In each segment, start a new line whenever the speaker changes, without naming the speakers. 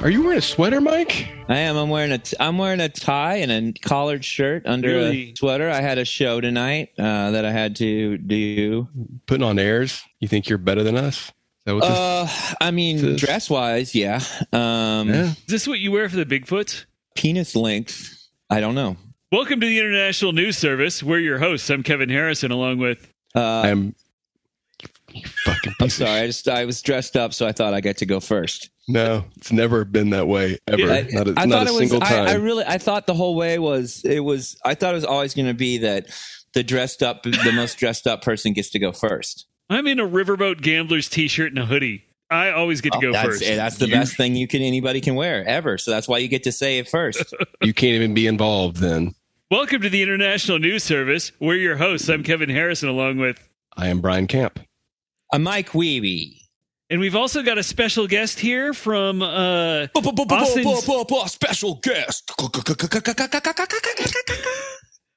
Are you wearing a sweater, Mike?
I am. I'm wearing a. T- I'm wearing a tie and a collared shirt under
Really?
a sweater. I had a show tonight uh, that I had to do.
Putting on airs? You think you're better than us? Is that what this-
Uh, I mean,
this-
dress wise, yeah. Um,
Yeah.
Is this what you wear for the Bigfoot?
Penis length. I don't know.
Welcome to the International News Service. We're your hosts. I'm Kevin Harrison, along with
Uh,
I'm. You fucking.
I'm
piece of
sorry.
sh-
I just I was dressed up, so I thought I get to go first.
no, it's never been that way ever.
Yeah, I-
not a,
I
not
thought
a
it was.
single time.
I, I really. I thought the whole way was. It was. I thought it was always going to be that the dressed up, the most dressed up person gets to go first.
I'm in a Riverboat Gamblers t-shirt and a hoodie. I always get to go
Oh, that's,
first.
That's the best thing you can anybody can wear ever. So that's why you get to say it first.
you can't even be involved then.
Welcome to the International News Service. We're your hosts. I'm Kevin Harrison, along with,
I am Brian Camp.
A Mike Weeby.
and we've also got a special guest here from. uh Austin's-
Special guest.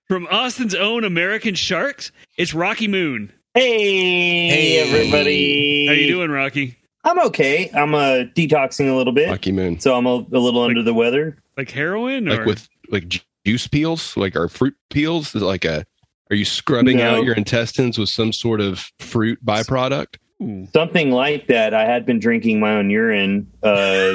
From Austin's own American Sharks, it's Rocky Moon.
Hey,
Hey.
everybody.
How you doing, Rocky?
I'm okay. I'm uh, detoxing a little bit,
Rocky Moon.
so I'm a, a little under the weather.
Like heroin, or
Like with like ju- juice peels, like our fruit peels. Is it like a. Are you scrubbing
No.
out your intestines with some sort of fruit byproduct?
Ooh.
Something like that. I had been drinking my own urine. Uh,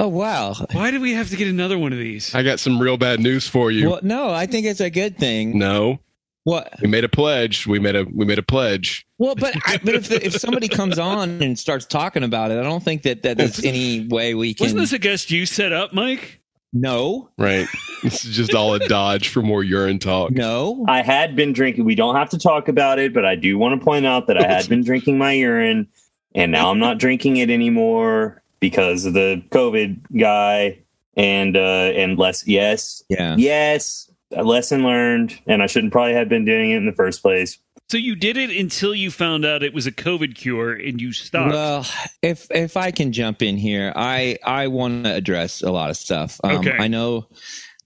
Oh wow.
why do we have to get another one of these?
I got some real bad news for you.
Well, no, I think it's a good thing.
No,
What?
we made a pledge. We made a we made a pledge.
Well, but I, but if the, if somebody comes on and starts talking about it, I don't think that, that there's any way we can.
Wasn't this a guest you set up, Mike?
no,
Right. this is just all a dodge for more urine talk.
no.
I had been drinking. We don't have to talk about it, but I do want to point out that I had been drinking my urine, and now I'm not drinking it anymore because of the COVID guy. And uh, and less, yes,
Yeah.
yes, a lesson learned. And I shouldn't probably have been doing it in the first place.
So you did it until you found out it was a COVID cure and you stopped.
Well, if if I can jump in here, I I want to address a lot of stuff. Um,
Okay.
I know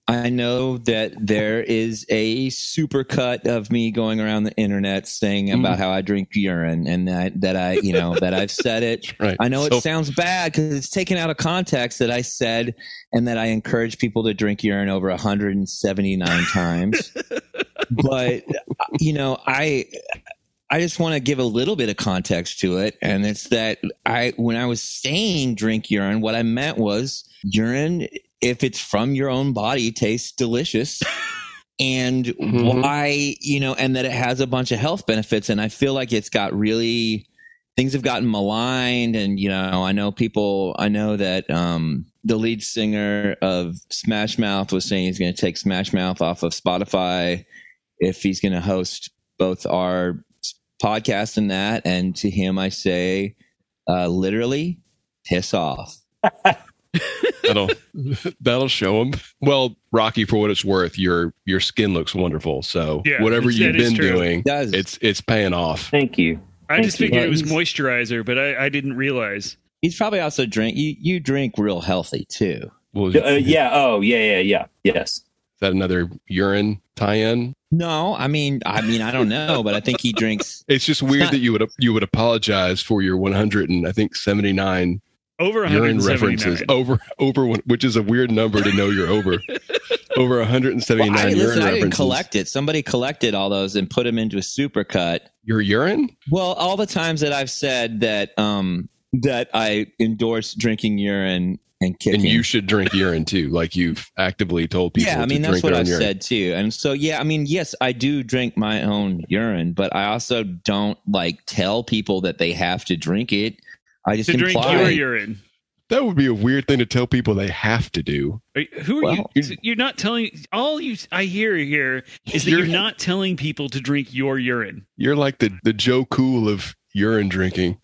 I know that there is a supercut of me going around the internet saying about how I drink urine and that that I you know that I've said it.
Right.
I know it
So-
sounds bad because it's taken out of context that I said and that I encourage people to drink urine over 179 times. But you know, I I just want to give a little bit of context to it, and it's that I when I was saying drink urine, what I meant was urine if it's from your own body tastes delicious. And
Mhm.
why, you know, and that it has a bunch of health benefits. And I feel like it's got really, things have gotten maligned and you know i know people i know that um the lead singer of smash mouth was saying he's going to take smash mouth off of spotify if he's going to host both our s- podcast and that and to him i say uh literally piss off
That'll that'll show them. Well, Rocky, for what it's worth, your your skin looks wonderful. So
Yeah,
whatever
that
you've
is
been
true.
doing,
does
it's it's paying off.
Thank you.
I just
Thank you.
figured it was moisturizer, but I, I didn't realize.
he's probably also drink you you drink real healthy too
Well,
Uh, yeah. Oh, yeah, yeah, yeah. Yes.
Is that another urine tie-in?
no i mean i mean i don't know but i think he drinks
It's just weird
not-
that you would you would apologize for your 100 and I think 79
Over
urine references
179.
Oh,
over over one, which is a weird number to know you're over. over 179
Well, I,
urine
listen, I
references.
didn't collect it. Somebody collected all those and put them into a supercut.
Your urine?
Well, all the times that I've said that um, that I endorse drinking urine and kicking.
And you should drink urine too, like you've actively told people.
yeah,
to
I mean that's
drink
what
their own
I've
urine.
said too. And so yeah, I mean yes, I do drink my own urine, but I also don't like tell people that they have to drink it. I just
To drink
imply
your urine.
That would be a weird thing to tell people they have to do.
Are you- Who are
Well,
you? so You're not telling. All you I hear here is that you're,
You're-
not telling people to drink your urine.
You're like the the Joe Cool of urine drinking.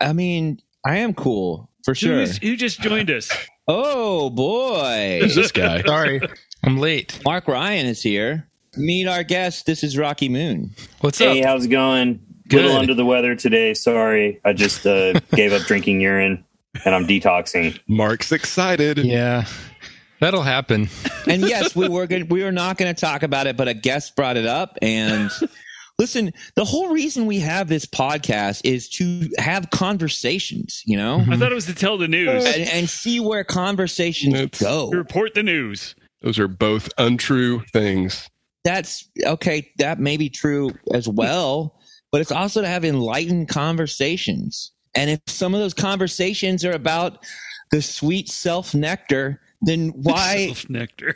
I mean, I am cool for sure.
Who's, who just joined us?
Oh boy,
Who's this guy?
Sorry, I'm late.
Mark Ryan is here. Meet our guest. This is Rocky Moon.
What's
Hey,
up?
how's it going?
Good.
Little under the weather today. Sorry, I just uh, gave up drinking urine and I'm detoxing.
Mark's excited.
Yeah, that'll happen.
And yes, we were good. We were not going to talk about it, but a guest brought it up. And listen, the whole reason we have this podcast is to have conversations. You know,
Mm-hmm.
I thought it was to tell the news.
and, and see where conversations
It's-
go.
Report the news.
Those are both untrue things.
That's okay. That may be true as well, but it's also to have enlightened conversations. And if some of those conversations are about the sweet self nectar, then why?
Self nectar.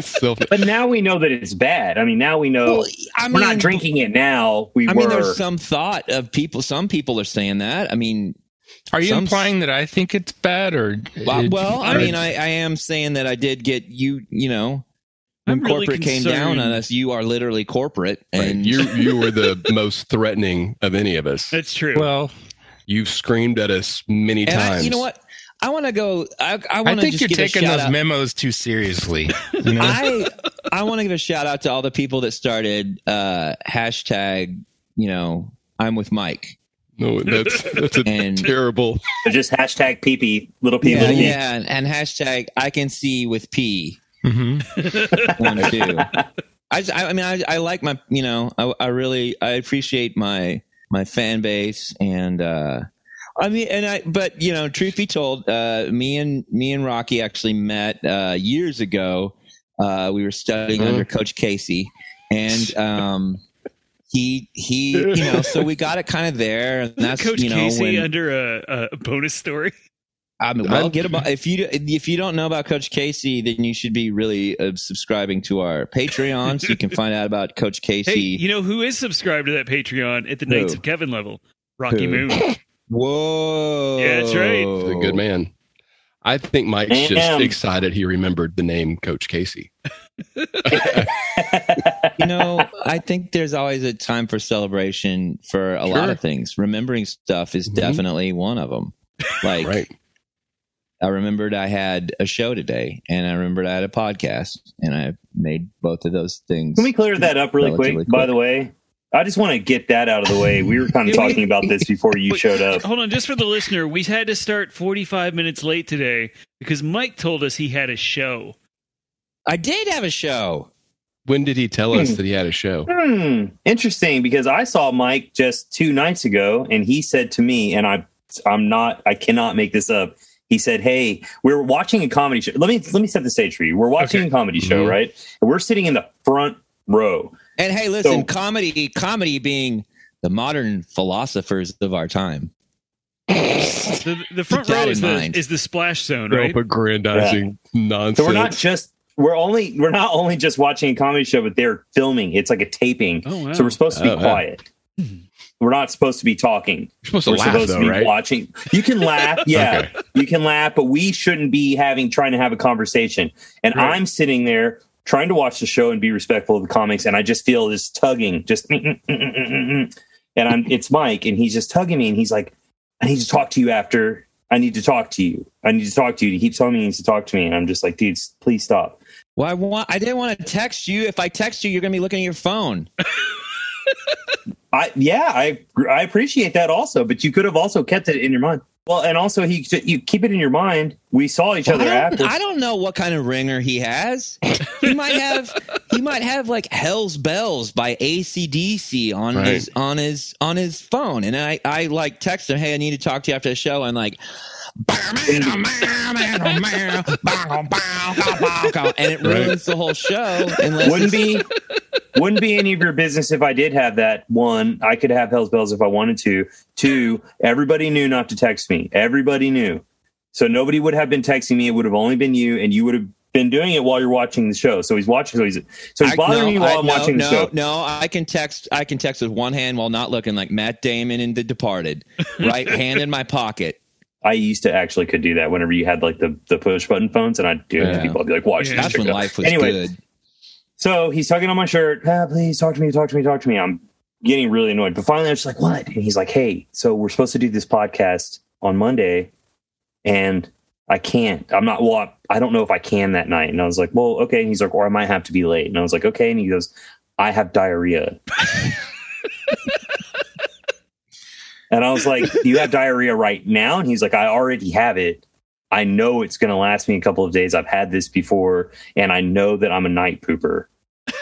Self-
But now we know that it's bad. I mean, now we know
Well, I
we're not
mean,
drinking it now. We
I
were.
mean, there's some thought of people. Some people are saying that. I mean,
Are you
Some-
implying that I think it's bad or? uh,
well,
it-
well, I
or-
mean, I, I am saying that I did get you. You know,
I'm
when
really
corporate came down
concerned.
on us, you are literally corporate,
Right.
and
You you were the most threatening of any of us.
That's true.
Well,
You've screamed at us many
and I,
times.
you know what? I want to go. I, I
I
want to
think
just
you're
give a
taking
shout
those
out.
memos too seriously. You know?
I I want to give a shout out to all the people that started uh, hashtag. You know, I'm with Mike,
No, that's that's a
and
terrible.
But just hashtag pee pee, little pee,
yeah,
little pee.
yeah, and, and hashtag I can see with P
Mhm.
one or two. I, just, I I mean, I, I like my, you know, I, I really, I appreciate my, my fan base. And, uh, I mean, and I, but, you know, truth be told, uh, me and, me and Rocky actually met, uh, years ago. Uh, we were studying
Mhm.
under Coach Casey and, um, he, he, you know, so we got it kind of there. And
Isn't
that's,
Coach
you know,
Casey
when,
under a, a bonus story.
I mean, well,
I-
get about if you if you don't know about Coach Casey, then you should be really uh, subscribing to our Patreon so you can find out about Coach Casey.
Hey, you know who is subscribed to that Patreon at the Knights
Who?
of Kevin level? Rocky
Who?
Moon.
Whoa,
Yeah, that's right.
He's
Oh.
a good man. I think Mike's just
Damn.
excited he remembered the name Coach Casey.
You know, I think there's always a time for celebration for a lot
Sure.
of things. Remembering stuff is
Mhm.
definitely one of them. Like
Right.
I remembered I had a show today, and I remembered I had a podcast, and I made both of those things.
Can we clear that up really quick,
Relatively
By
quick.
the way, I just want to get that out of the way. We were kind of
Yeah, we-
talking about this before you
Wait,
showed up.
Hold on, just for the listener, we had to start 45 minutes late today because Mike told us he had a show.
I did have a show.
When did he tell us that he had a show?
Hmm, interesting. Because I saw Mike just two nights ago, and he said to me, and I, I'm not, I cannot make this up. He said, "Hey, we're watching a comedy show. Let me let me set the stage for you. We're watching
Okay.
a comedy show,
Mhm.
right? And we're sitting in the front row.
And hey, listen,
So-
comedy, comedy being the modern philosophers of our time.
The, the front
Keep that
row
in
is the,
mind.
is the splash zone, right?
Self-aggrandizing nonsense.
So we're not just we're only we're not only just watching a comedy show, but they're filming. It's like a taping.
Oh, wow.
So we're supposed to be
Oh, wow.
quiet. We're not supposed to be talking.
You're supposed to
we're
laugh,
supposed
though,
to be
right?
watching. You can laugh, yeah, you can laugh, but we shouldn't be having trying to have a conversation. And
Right.
I'm sitting there trying to watch the show and be respectful of the comics, and I just feel this tugging, just, mm, mm, mm, mm, mm, mm. and I'm it's Mike, and he's just tugging me, and he's like, I need to talk to you after. I need to talk to you. I need to talk to you. He keeps telling me he needs to talk to me, and I'm just like, dude, s- please stop.
Well, I want. I didn't want to text you. If I text you, you're going to be looking at your phone.
I yeah, I I appreciate that also, but you could have also kept it in your mind. Well, and also he you keep it in your mind. We saw each other
I, don't,
after.
I don't know what kind of ringer he has. He might have. he might have like "Hell's Bells" by ACDC on
Right.
his on his on his phone, and I I like text him, "Hey, I need to talk to you after the show," and like. and it
Right.
ruins the whole show unless
wouldn't be wouldn't be any of your business if I did have that. One, I could have Hell's Bells if I wanted to. Two, everybody knew not to text me. Everybody knew. So nobody would have been texting me. It would have only been you, and you would have been doing it while you're watching the show. So he's watching. So he's so he's
I-
bothering
no,
me while
I-
I, am
no,
watching the
no,
show.
No, I can text. I can text with one hand while not looking like Matt Damon in The Departed, right hand in my pocket.
I used to actually could do that whenever you had like the, the push button phones, and I'd do it to
Yeah.
people. I'd be like, watch
Yeah.
this.
That's when
check it out."
life was
Anyway,
good.
So he's tugging on my shirt. Ah, please talk to me, talk to me, talk to me. I'm getting really annoyed. But finally, I'm just like, what? And he's like, hey, so we're supposed to do this podcast on Monday, and I can't. I'm not. Well, I don't know if I can that night. And I was like, well, okay. And he's like, or I might have to be late. And I was like, okay. And he goes, I have diarrhea. and I was like, do you have diarrhea right now? And he's like, I already have it. I know it's going to last me a couple of days. I've had this before, and I know that I'm a night pooper. So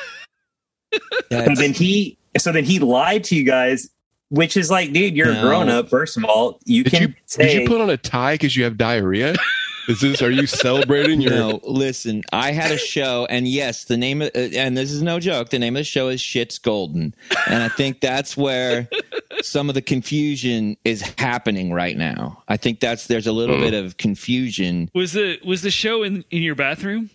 That's-
then he, so then he lied to you guys, which is like, dude, you're
No.
a grown up. First of all, you
Did
can
you
say,
did you put on a tie because you have diarrhea? Is this? Are you celebrating your?
No, listen. I had a show, and yes, the name of, uh, and this is no joke. The name of the show is Shit's Golden, and I think that's where some of the confusion is happening right now. I think that's there's a
Mm.
little bit of confusion.
Was the was the show in in your bathroom?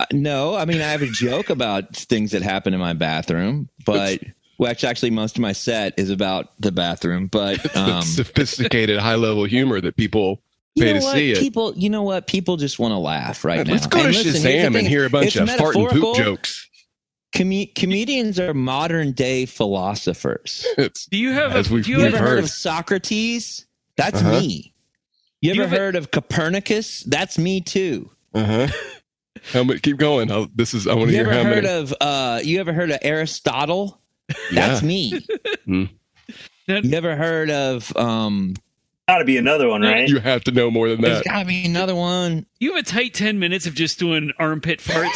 Uh, No, I mean I have a joke about things that happen in my bathroom, but which actually most of my set is about the bathroom. But
the
um,
sophisticated high level humor that people
you
pay
know
to
what?
see it.
People, you know what? People just want to laugh right now.
Let's go to
And listen, here's the
Shazam
thing.
and hear a bunch
It's
of fart and
metaphorical.
poop jokes.
Come- comedians are modern day philosophers.
It's-
Do you have
As
a,
we've-
do
You
you
we've
have
ever
a-
heard.
heard.
of Socrates? That's
Uh-huh.
me. You ever
You have a-
heard of Copernicus? That's me too.
Uh-huh. How many, keep going. I'll, this is. I want to
You
hear
ever
how
heard
many.
of uh you ever heard of Aristotle? That's me.
Hmm.
Now,
You ever heard of um
gotta be another one, right?
You have to know more than
there's
that.
gotta be another one.
you have a tight ten minutes of just doing armpit farts.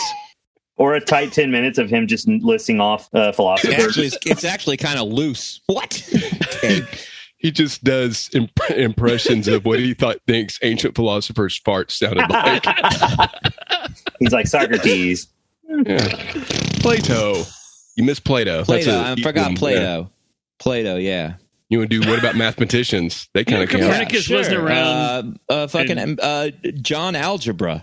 Or a tight 10 minutes of him just listing off uh, philosophers.
Actually it's, it's actually kind of loose. What? Okay.
He just does imp- impressions of what he thought thinks ancient philosophers' farts sounded like.
He's like, Socrates.
Yeah. Plato. You missed Plato. That's
Plato.
a
I
deep
forgot
one.
Plato.
Yeah.
Plato, yeah.
You want to do what about mathematicians? They kind of count.
Copernicus wasn't around.
Uh, uh fucking uh John Algebra.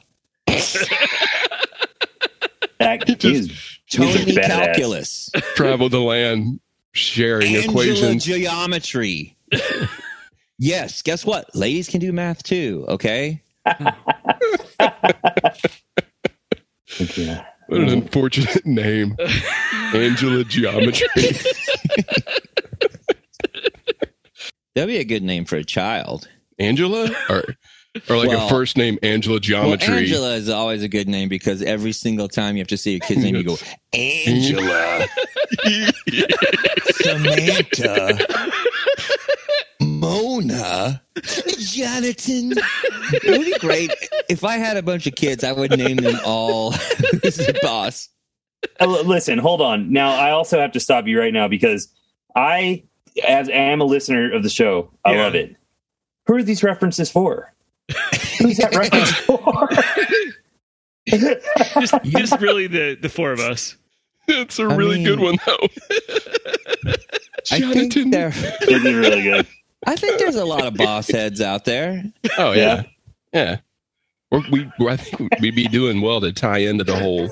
That,
He just-
he's- he's a
Tony
badass.
Calculus.
Travel the land, sharing
Angela
equations.
geometry. yes, guess what? Ladies can do math too, okay?
yeah.
What an unfortunate name. Angela Geometry.
That'd be a good name for a child.
Angela? Or, or like
Well-
a first name, Angela Geometry.
Well, Angela is always a good name because every single time you have to see a kid's name, you go, Angela. Samantha. Mona. Jonathan. It would be great. If I had a bunch of kids, I would name them all this is boss.
Uh, l- listen, hold on. Now, I also have to stop you right now because I, as I am a listener of the show, I
Yeah.
love it. Who are these references for? Who's that reference for?
just just really the the four of us.
It's a
I
really good one,
mean-
though.
I think
Jonathan.
they're
this is really good.
I think there's a lot of boss heads out there.
Oh,
Yeah.
yeah. Yeah. We're, we, we're, I think we'd be doing well to tie into the whole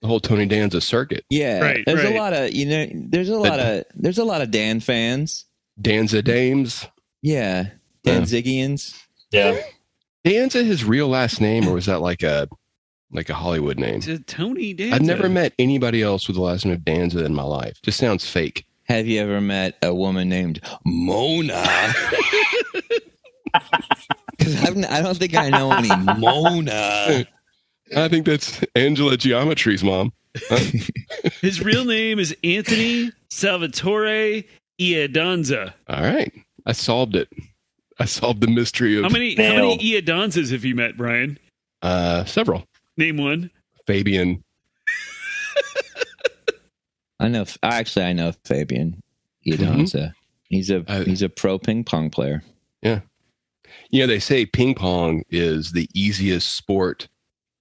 the whole Tony Danza circuit.
Yeah,
Right,
there's
right.
a lot of you know. There's a lot of there's a lot of Dan fans.
Danza Dames.
Yeah,
Yeah.
Dan Ziggians.
Yeah.
Danza his real last name, or was that like a like a Hollywood name?
To Tony Danza.
I've never met anybody else with the last name of Danza in my life. Just sounds fake.
Have you ever met a woman named Mona? Because I don't think I know any Mona.
I think that's Angela Geometry's mom.
His real name is Anthony Salvatore Iadanza.
All right. I solved it. I solved the mystery of
How many how
Nailed.
many Iadanzas have you met, Brian?
uh, several.
Name one.
Fabian.
I know. Actually, I know Fabian Edonza. He's a
I-
he's a pro ping pong player.
You know, they say ping pong is the easiest sport.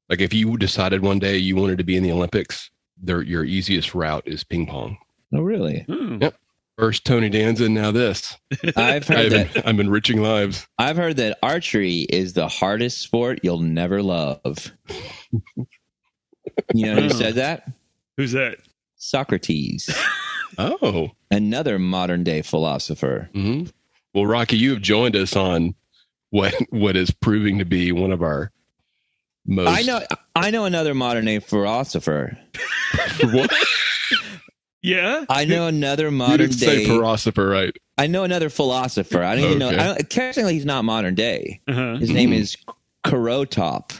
Like if you decided one day you wanted to be in the Olympics, their, your easiest route is ping pong.
Oh, really?
Oh.
Yep. First Tony Danza, now this.
I've heard
I'm,
that.
I'm enriching lives.
I've heard that archery is the hardest sport you'll never love. you know who said that?
Who's that?
Socrates,
Oh.
another modern day philosopher.
Mm-hmm. hmm Well, Rocky, you have joined us on what what is proving to be one of our most
I know I know another modern day philosopher.
what
Yeah.
I know another
you
modern
didn't say
day.
philosopher right
I know another philosopher. I don't even
Okay.
know. I don't, technically, he's not modern day.
Uh-huh.
His
Hmm.
name is Kurotop.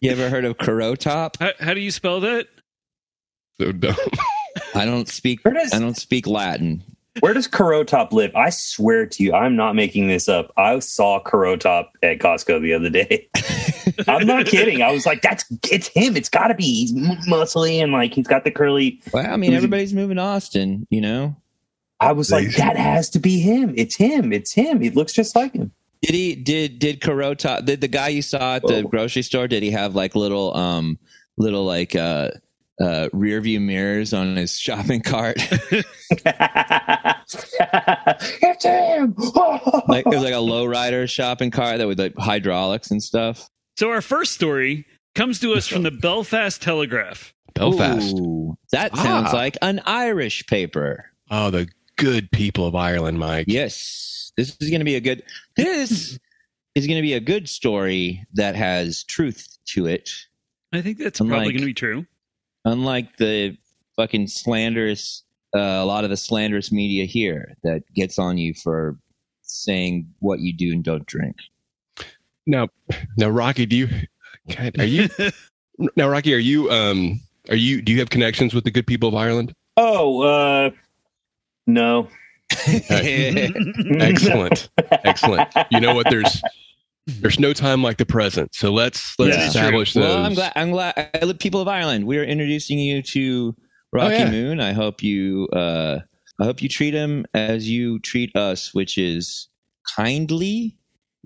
you ever heard of Kurotop?
How, how do you spell that?
so dumb.
I don't speak.
Where does-
I don't speak Latin.
Where does Kurotop live? I swear to you, I'm not making this up. I saw Kurotop at Costco the other day. I'm not kidding. I was like, that's it's him. It's got to be. He's m- muscly and like he's got the curly.
Well, I mean,
Who's-
everybody's moving to Austin. You know,
I was like, that has to be him. It's him. It's him. He looks just like him.
did he? Did did Kurotop? Did the guy you saw at the
Whoa.
grocery store? Did he have like little um little like uh uh rear view mirrors on his shopping cart?
it's him.
like it was like a lowrider shopping cart that with like hydraulics and stuff.
So our first story comes to us from the Belfast Telegraph.
Belfast
Ooh, that sounds
Ah.
like an Irish paper.
oh the good people of Ireland Mike
Yes, this is going to be a good. This is going to be a good story that has truth to it,
I think that's
I'm
probably
like-
going to be true.
unlike the fucking slanderous. Uh, a lot of the slanderous media here that gets on you for saying what you do and don't drink.
now now Rocky do you God, are you now Rocky are you um are you do you have connections with the good people of Ireland
oh, uh, no.
excellent excellent you know what there's there's no time like the present so let's let's
Yeah.
establish those
Well, I'm glad. I'm glad. I, look, people of Ireland, we are introducing you to Rocky
Oh, yeah.
Moon. I hope you. Uh, I hope you treat him as you treat us, which is kindly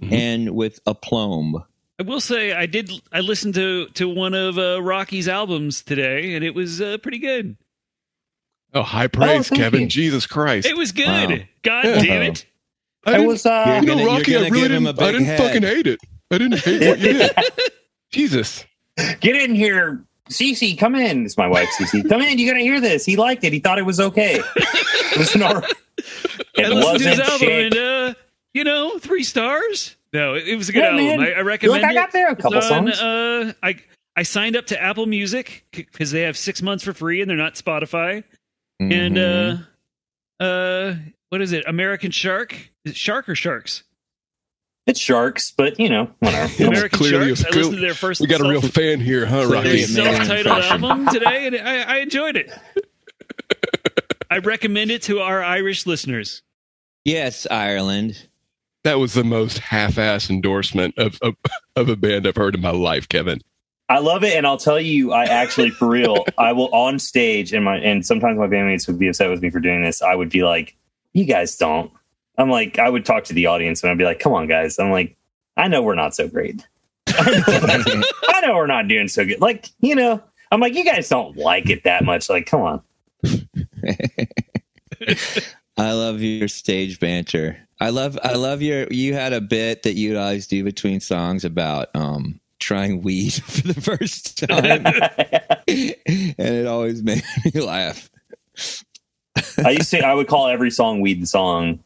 Mhm.
and with aplomb.
I will say I did. I listened to to one of uh, Rocky's albums today, and it was uh, pretty good.
oh high praise
Oh, thank
Kevin
you.
Jesus Christ
It was good.
Wow.
God
Yeah.
damn it!
I
It
didn't-
was uh,
You're
No,
gonna- you're
Rocky, I
gonna
really
give him
didn't. I
a big
didn't
head.
fucking hate it. I didn't hate what you did. Jesus.
get in here. Cece, come in. It's my wife, Cece. Come in. You gotta hear this. He liked it. He thought it was okay. It was
I
not. It
listened to his
wasn't
album,
shit.
and uh, you know, three stars. No, it, it was a good
Yeah,
album.
man.
I, I recommend
Look, I
it.
got there a couple
It's on,
songs.
Uh, I I signed up to Apple Music because they have six months for free, and they're not Spotify.
Mhm.
Mm-hmm.
And uh, uh, what is it? American Shark? Is it Shark or Sharks?
It's sharks, but you know, whatever.
American
clearly
Sharks.
a-
I listened to their first.
We got a real
self-
fan here, huh,
their
Rocky?
Clearly amazing
self-titled
impression.
album today, and I, I enjoyed it. I recommend it to our Irish listeners.
yes, Ireland.
That was the most half-ass endorsement of, of of a band I've heard in my life, Kevin.
I love it, and I'll tell you, I actually, for real, I will on stage, and my and sometimes my bandmates would be upset with me for doing this. I would be like, "You guys don't." I'm like, I would talk to the audience, and I'd be like, "Come on, guys." I'm like, I know we're not so great. I know we're not doing so good. Like, you know, I'm like, you guys don't like it that much. Like, come on.
I love your stage banter. I love I love your you had a bit that you'd always do between songs about um trying weed for the first time. and it always made me laugh.
I used to, I would call every song "Weed the Song."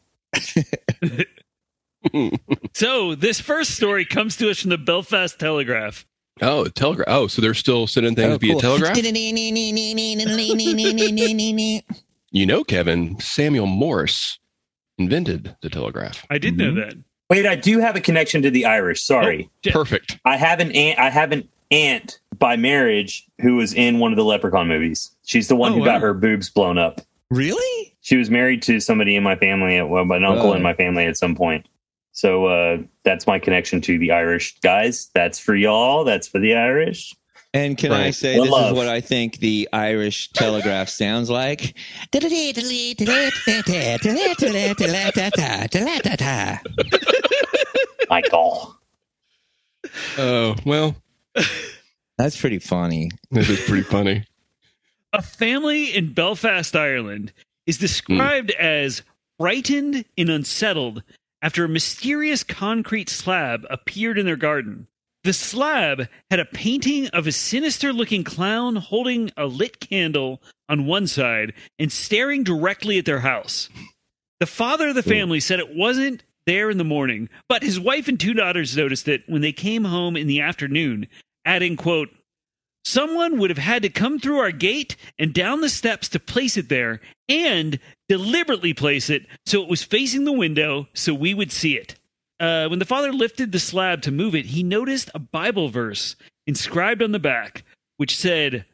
So this first story comes to us from the Belfast Telegraph.
Oh, telegraph. Oh, so they're still sending things
Oh,
via
cool.
telegraph. You know, Kevin Samuel Morse invented the telegraph.
I did
Mm-hmm.
know that.
Wait, I do have a connection to the Irish. Sorry.
Yeah.
Perfect.
I have an aunt. I have an aunt by marriage who was in one of the Leprechaun movies. She's the one
Oh,
who
wow.
got her boobs blown up.
Really?
She was married to somebody in my family, at, well, an uncle in
Oh.
my family at some point. So uh, that's my connection to the Irish guys. That's for y'all. That's for the Irish.
And can I
Right.
say
Well,
this
love.
is what I think the Irish telegraph sounds like? That's
Michael.
Oh well,
pretty funny.
this is pretty funny.
A family in Belfast, Ireland is described as frightened and unsettled after a mysterious concrete slab appeared in their garden. The slab had a painting of a sinister looking clown holding a lit candle on one side and staring directly at their house. The father of the family said it wasn't there in the morning, but his wife and two daughters noticed it when they came home in the afternoon, adding, quote, Someone would have had to come through our gate and down the steps to place it there and deliberately place it so it was facing the window so we would see it. Uh, when the father lifted the slab to move it, he noticed a Bible verse inscribed on the back, which said,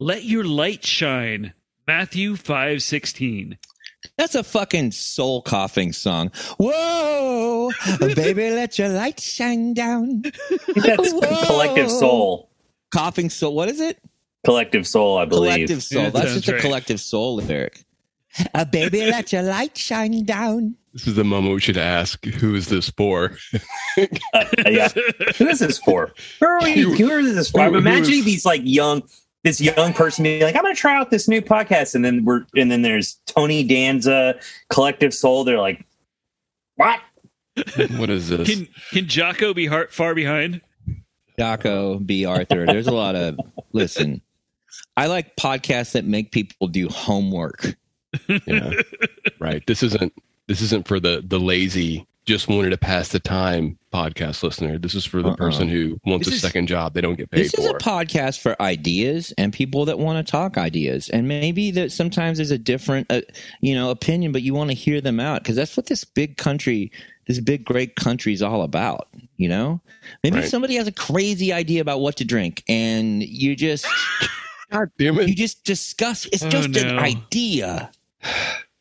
Let your light shine. Matthew 5:16.
That's a fucking soul coughing song. Whoa, baby, let your light shine down.
That's
Whoa.
collective soul.
Coughing soul. What is it?
Collective soul, I believe.
Collective soul.
Yeah,
That's
sounds
just a
right.
collective soul lyric. A baby, let your light shine down.
This is the moment we should ask who is this for?
Uh, yeah. Who is this for? Who are we,
You-
who is this for?
who-
I'm
who
imagining
is-
these like young, this young person being like, I'm going to try out this new podcast, and then we're and then there's Tony Danza, Collective Soul. They're like, what?
What is this?
Can can Jocko be har- far behind?
Jocko B. Arthur. There's a lot of listen. I like podcasts that make people do homework.
yeah. Right. This isn't this isn't for the the lazy just wanted to pass the time podcast listener. This is for the
Uh-uh.
person who wants
This
a
is-
second job they don't get paid
This is
for.
a podcast for ideas and people that want to talk ideas, and maybe that sometimes there's a different, uh, you know, opinion, but you want to hear them out because that's what this big country, this big great country is all about. You know, maybe
Right.
somebody has a crazy idea about what to drink, and you just
God damn
you
it.
just discuss. It's
Oh,
just an
no.
idea.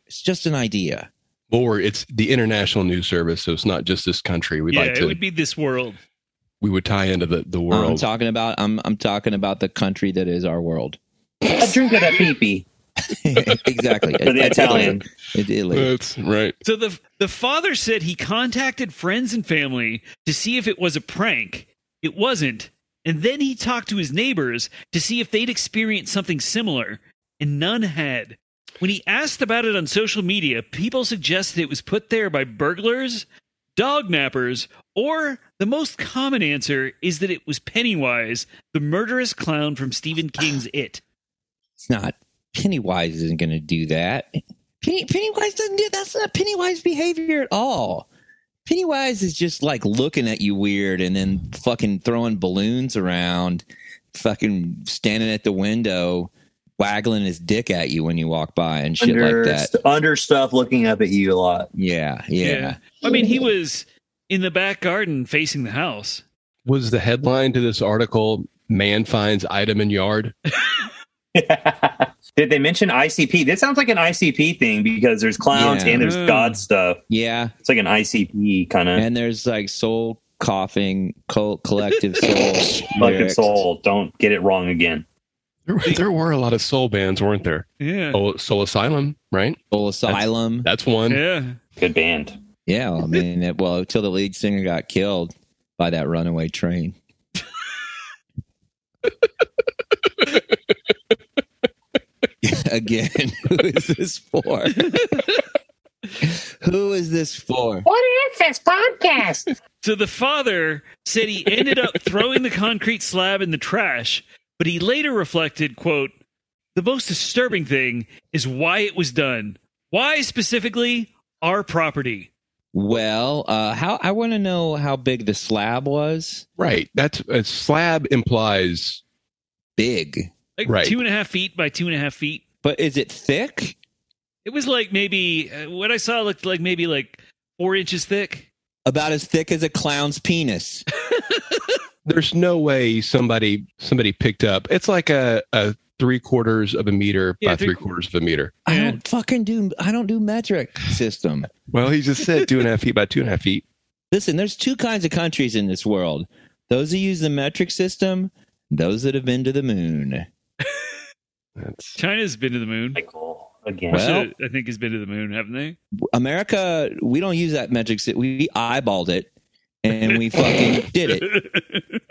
It's just an idea.
Or it's the international news service, so it's not just this country. We'd
yeah,
like
it
to
would be Oh, this world.
we would tie into the, the
Uh, I'm
world.
talking about. I'm I'm talking about the country that is our world.
A drink of that peepee
exactly.
for the
It's
Italian.
Italy. It's Italy.
That's right.
So the the father said he contacted friends and family to see if it was a prank. It wasn't. And then he talked to his neighbors to see if they'd experienced something similar, and none had. When he asked about it on social media, people suggested it was put there by burglars, dog nappers, or the most common answer is that it was Pennywise, the murderous clown from Stephen King's It.
It's not. Pennywise isn't going to do that. Penny, Pennywise doesn't do that's not Pennywise behavior at all. Pennywise is just like looking at you weird and then fucking throwing balloons around, fucking standing at the window, waggling his dick at you when you walk by and shit
Under,
like that.
under stuff looking up at you a lot.
Yeah, yeah.
I mean, he was in the back garden facing the house.
Was the headline to this article Man finds item in yard?
Did they mention ICP? This sounds like an ICP thing because there's clowns
Yeah.
and there's
Hmm.
Mm.
God stuff.
Yeah.
It's like an ICP kind of
And there's like soul coughing, col- collective soul.
fucking
lyrics.
soul. Don't get it wrong again.
There, there were a lot of soul bands, weren't there?
Yeah.
Soul, soul Asylum, right?
Soul asylum.
That's one.
Yeah.
Good band.
Yeah, well, I mean, it, well, until the lead singer got killed by that runaway train. Again, who is this for? who is this for?
What is this podcast?
So the father said he ended up throwing the concrete slab in the trash, but he later reflected, quote, the most disturbing thing is why it was done. Why specifically our property?
Well, uh, how I want to know how big the slab was.
Right. That's a slab implies
Big,
Like
Right.
two and a half feet by two and a half feet.
but is it thick?
It was like maybe uh, what I saw looked like maybe like four inches thick.
About as thick as a clown's penis.
there's no way somebody somebody picked up it's like a, a three quarters of a meter
Yeah,
by
three-
three quarters of a meter
I don't fucking do. I don't do metric system.
well he just said two and a half feet by two and a half feet
Listen, there's two kinds of countries in this world those that use the metric system, those that have been to the moon.
that's
China's been to the moon.
Michael again.
Well-
Russia, I think, has been to the moon, haven't they?
America, we don't use that metric system. We eyeballed it and we fucking did it.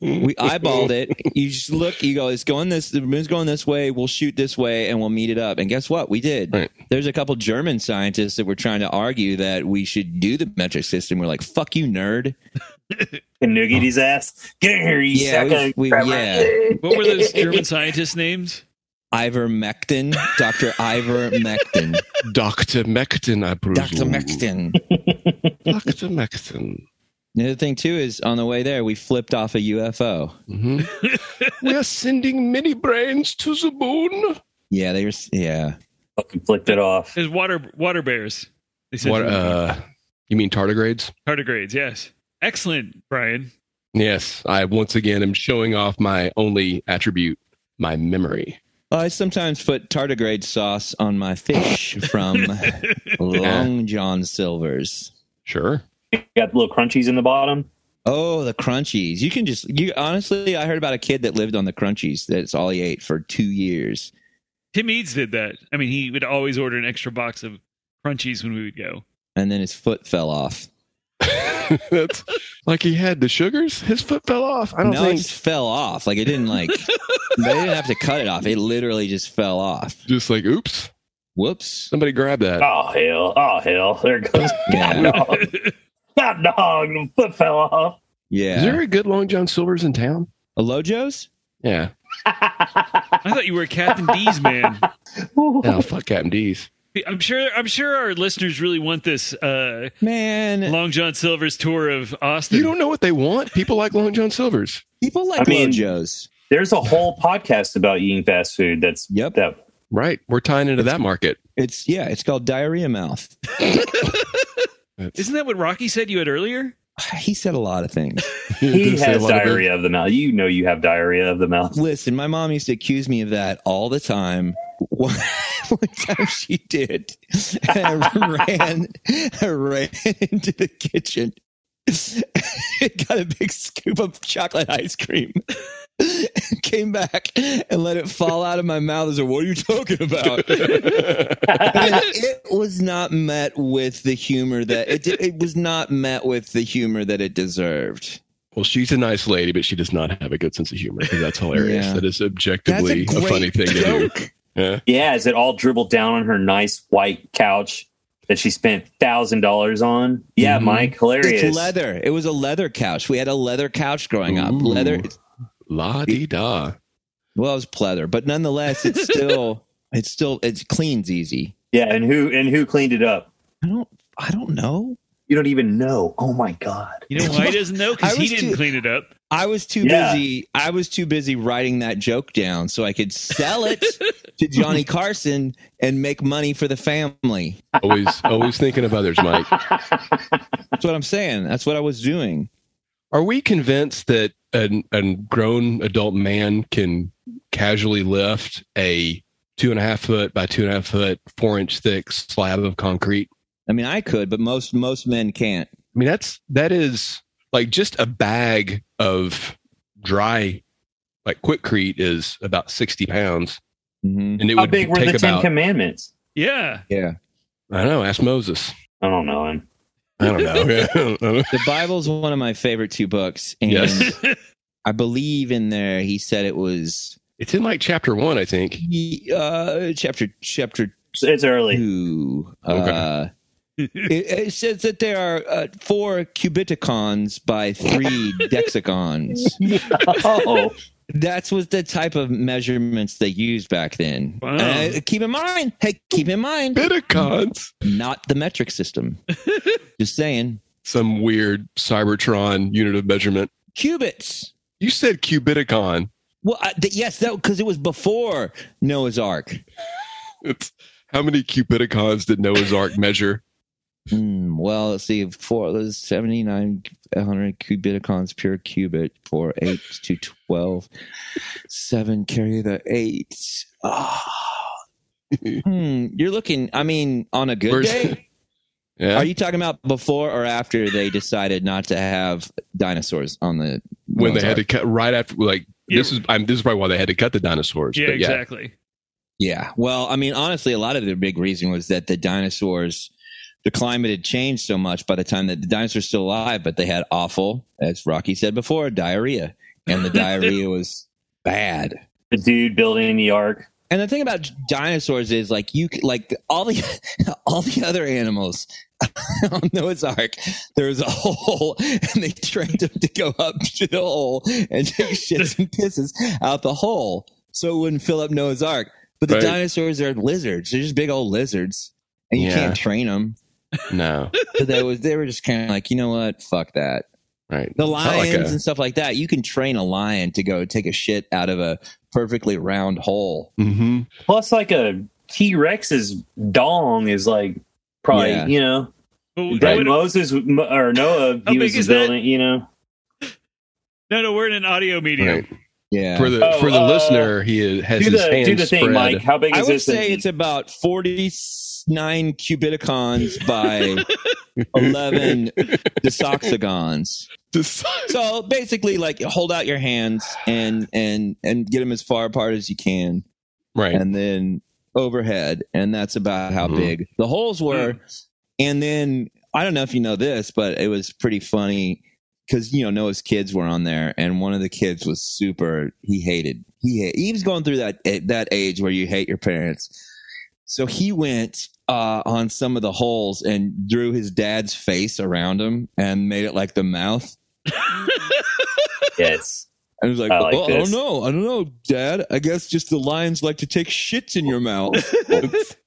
We eyeballed it. You just look, you go, it's going this, the moon's going this way, we'll shoot this way and we'll meet it up. And guess what? We did.
Right.
There's a couple German scientists that were trying to argue that we should do the metric system. We're like, fuck you, nerd.
Can Noogie his ass? Get in here, you
Oh. Yeah,
yeah,
we- we- yeah.
What were those German scientists' names?
ivermectin, Doctor Ivermectin,
Dr. Mectin, I presume.
Doctor Mectin.
Dr. Mectin.
The other thing too is on the way there we flipped off a UFO.
hmm we are sending many brains to the moon.
Yeah, they were. s- Yeah,
Fucking flipped it off.
There's water water bears. They said
What?
from the
Uh, you mean tardigrades?
tardigrades. Yes, excellent, Brian.
Yes, I once again am showing off my only attribute, my memory.
I sometimes put tardigrade sauce on my fish from Long John Silver's.
Sure.
Got little crunchies in the bottom.
Oh, the crunchies. You can just you honestly, I heard about a kid that lived on the crunchies. That's all he ate for two years.
Tim Eads did that. I mean, he would always order an extra box of crunchies when we would go.
And then his foot fell off.
That's like he had the sugars. His foot fell off. I don't
No, it
think.
just fell off. Like it didn't like they didn't have to cut it off. It literally just fell off.
Just like, oops,
Whoops.
somebody grabbed that.
Oh hell! Oh hell! There it goes. God
Yeah.
dog! God dog! The foot fell off.
Is
Yeah.
there a good Long John Silver's in town?
A Lojo's?
Yeah.
I thought you were Captain D's man.
Oh, fuck Captain D's.
I'm sure. I'm sure our listeners really want this uh,
Man,
Long John Silver's tour of Austin.
You don't know what they want. People like Long John Silver's.
people like
I mean-
Lojo's.
There's a whole podcast about eating fast food. That's
Yep.
That
Right. We're tying into that market.
It's yeah, it's called diarrhea mouth.
Isn't that what Rocky said you had earlier?
He said a lot of things.
he has diarrhea of the mouth. You know you have diarrhea of the mouth.
Listen, my mom used to accuse me of that all the time. One, one time she did. And I ran, I ran into the kitchen. Got a big scoop of chocolate ice cream. Came back and let it fall out of my mouth. I said, What are you talking about? And it was not met with the humor that it, did, it was not met with the humor that it deserved.
Well, she's a nice lady, but she does not have a good sense of humor because that's hilarious.
Yeah.
That is objectively a, funny thing to do. Yeah.
Yeah, is it all dribbled down on her nice white couch that she spent thousand dollars on? Yeah,
Mhm.
Mike, hilarious.
Mm-hmm. It's leather. It was a leather couch. We had a leather couch growing up.
Ooh.
Leather.
La di da.
Well, it was pleather, but nonetheless, it's still it's still it cleans easy.
Yeah, and who and who cleaned it up?
I don't I don't know.
You don't even know. Oh my god.
You know why he doesn't know?
I
Because he
was
didn't
too-
clean it up.
I was too
Yeah.
busy. I was too busy writing that joke down so I could sell it to Johnny Carson and make money for the family.
Always, always thinking of others, Mike.
That's what I'm saying. That's what I was doing.
Are we convinced that an, a grown adult man can casually lift a two and a half foot by two and a half foot, four inch thick slab of concrete?
I mean, I could, but most most men can't.
I mean, that's that is like just a bag of dry, like quickcrete is about sixty pounds,
hmm
and it
How
would
big were
take
the Ten
about.
Commandments?
Yeah.
Yeah,
I don't know. Ask Moses.
I don't know. And
I don't know.
the Bible's one of my favorite two books, and
Yes.
I believe in there he said it was
it's in like chapter one, I think.
uh, chapter chapter
it's, it's early.
Hmm.
two. Uh, it, it says that there are uh, four cubiticons by three dexagons.
oh,
That's was the type of measurements they used back then.
Wow.
And, uh, keep in mind, hey, keep in mind,
Bitacons.
not the metric system. Just saying,
Some weird Cybertron unit of measurement.
cubits.
You said cubiticon.
Well, I, th- yes, that because it was before Noah's Ark.
It's how many cubiticons did Noah's Ark measure?
Hmm, well, let's see. Four, there's 79, 100 cubiticons per qubit for 8 to 12. 7 carry the 8. Ah. Hmm, you're looking, I mean, on a good
Where's-
day?
Yeah.
Are you talking about before or after they decided not to have dinosaurs on the.
when
Noah's
they had to
Ark?
cut right after, like this is I'm, this is probably why they had to cut the dinosaurs.
Yeah.
but yeah.
Exactly.
Yeah. Well, I mean, honestly, a lot of the big reason was that the dinosaurs, the climate had changed so much by the time that the dinosaurs were still alive, but they had awful, as Rocky said before, diarrhea. And the diarrhea was bad.
the dude building the ark.
And the thing about dinosaurs is like you c- like all the all the other animals on Noah's Ark, there was a hole and they trained them to go up to the hole and take shits and pisses out the hole so it wouldn't fill up Noah's Ark. But the
Right.
dinosaurs are lizards. They're just big old lizards, and you
Yeah.
can't train them.
No,
But they was they were just kind of like, you know what? Fuck that.
right?
The
It's not like
lions
a-
and stuff like that. You can train a lion to go take a shit out of a perfectly round hole.
Mhm.
Plus, like a T Rex's dong is like probably
Yeah.
you know
But
that
wait,
Moses m- or Noah
How
he
big
was
is
building. You know,
no, no, we're in an audio medium.
Right.
Yeah.
For the
Oh,
for the
uh,
listener, he has
do
his
the
hands
do the thing,
spread.
Mike. How big is
I would
this?
say it's about forty nine cubiticons by eleven desoxagons.
This-
So basically, like hold out your hands and and and get them as far apart as you can,
right.
and then overhead, and that's about how
Mhm.
big the holes were. And then I don't know if you know this, but it was pretty funny because you know Noah's kids were on there, and one of the kids was super. He hated. He ha- he was going through that eh, that age where you hate your parents. So he went uh, on some of the holes and drew his dad's face around him and made it like the mouth.
yes.
And was like,
I like
"Well, I don't
this."
know. I don't know, Dad. I guess just the lions like to take shits in your mouth.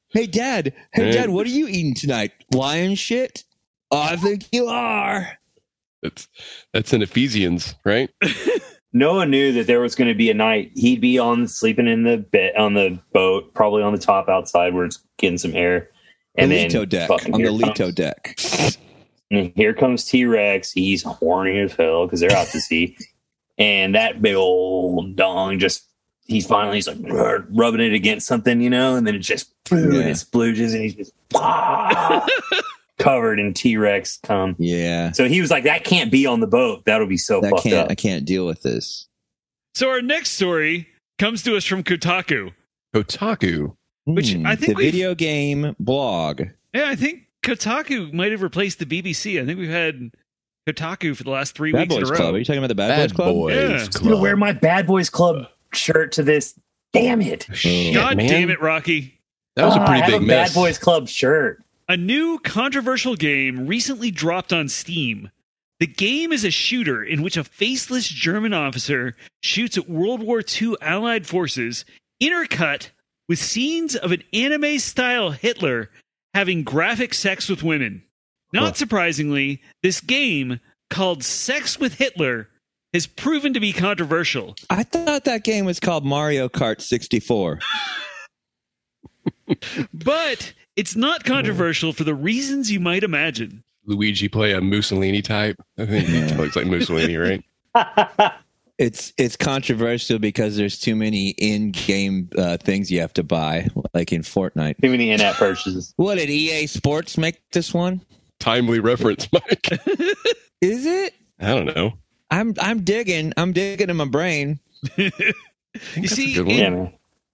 hey, Dad. Hey,
Hey.
Dad, what are you eating tonight? Lion shit? "Oh, I think you are.
That's that's in Ephesians, right?
Noah knew that there was going to be a night he'd be on sleeping in the bed on the boat, probably on the top outside where it's getting some air.
The
And then
Leto deck.
fucking
On the
here
Leto
comes-
deck.
And here comes T Rex. He's horny as hell because they're out to sea. And that big old dong just, he's finally, he's like "Grr," rubbing it against something, you know, and then it just,
Yeah.
and it splooges and he's just "Ah," covered in T Rex cum.
Yeah.
So he was like, that can't be on the boat. That'll be so
That
fucked
can't. I
up.
can't deal with this.
So our next story comes to us from Kotaku.
Kotaku.
Which I
Hmm. the
think we've-
video game blog.
Yeah, I think Kotaku might have replaced the BBC. I think we've had Kotaku for the last three
Bad
weeks in a
Boys
row.
Club. Are you talking about the Bad, Boys Club?
Yeah.
I'm going to wear my Bad Boys Club shirt to this. Damn it.
Shit,
God
man.
damn it, Rocky.
That was
Ah,
a pretty
I have
big
a
mess.
Bad Boys Club shirt.
A new controversial game recently dropped on Steam. The game is a shooter in which a faceless German officer shoots at World War II Allied forces, intercut with scenes of an anime style Hitler having graphic sex with women. Not surprisingly, this game, called Sex with Hitler, has proven to be controversial.
I thought that game was called Mario Kart 64.
But it's not controversial for the reasons you might imagine.
Luigi play a Mussolini type. I think he looks like Mussolini, right?
It's it's controversial because there's too many in-game uh, things you have to buy, like in Fortnite.
Too many in-app purchases.
What did EA Sports make this one?
Timely reference, Mike.
Is it?
I don't know.
I'm I'm digging. I'm digging in my brain.
You see,
good one.
in-
Yeah, man.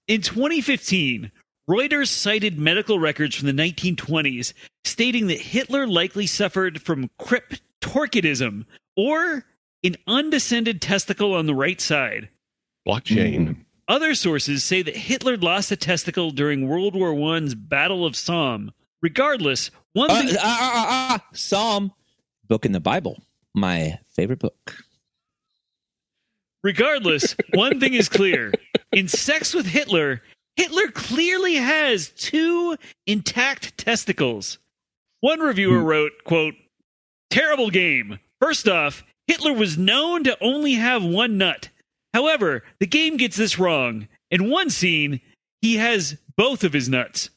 In 2015, Reuters cited medical records from the 1920s stating that Hitler likely suffered from cryptorchidism or an undescended testicle on the right side.
Hmm.
Blockchain.
Other sources say that Hitler lost a testicle during World War I's Battle of Somme. Regardless, one
Uh,
thing
ah, ah, ah, ah, Psalm, book in the Bible, my favorite book.
Regardless, one thing is clear. In Sex with Hitler, Hitler clearly has two intact testicles. One reviewer wrote, quote, Terrible game. First off, Hitler was known to only have one nut. However, the game gets this wrong. In one scene, he has both of his nuts.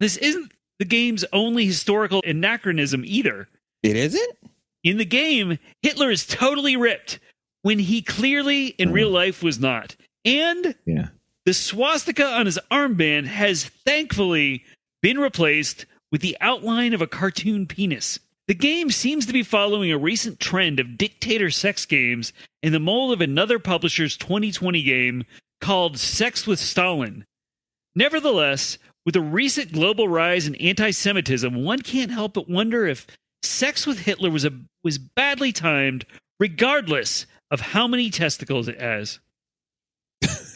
This isn't the game's only historical anachronism either.
It isn't.
In the game, Hitler is totally ripped when he clearly in real life was not. And
Yeah.
the swastika on his armband has thankfully been replaced with the outline of a cartoon penis. The game seems to be following a recent trend of dictator sex games in the mold of another publisher's 2020 game called Sex with Stalin. Nevertheless, with the recent global rise in anti Semitism, one can't help but wonder if sex with Hitler was, a, was badly timed, regardless of how many testicles it has.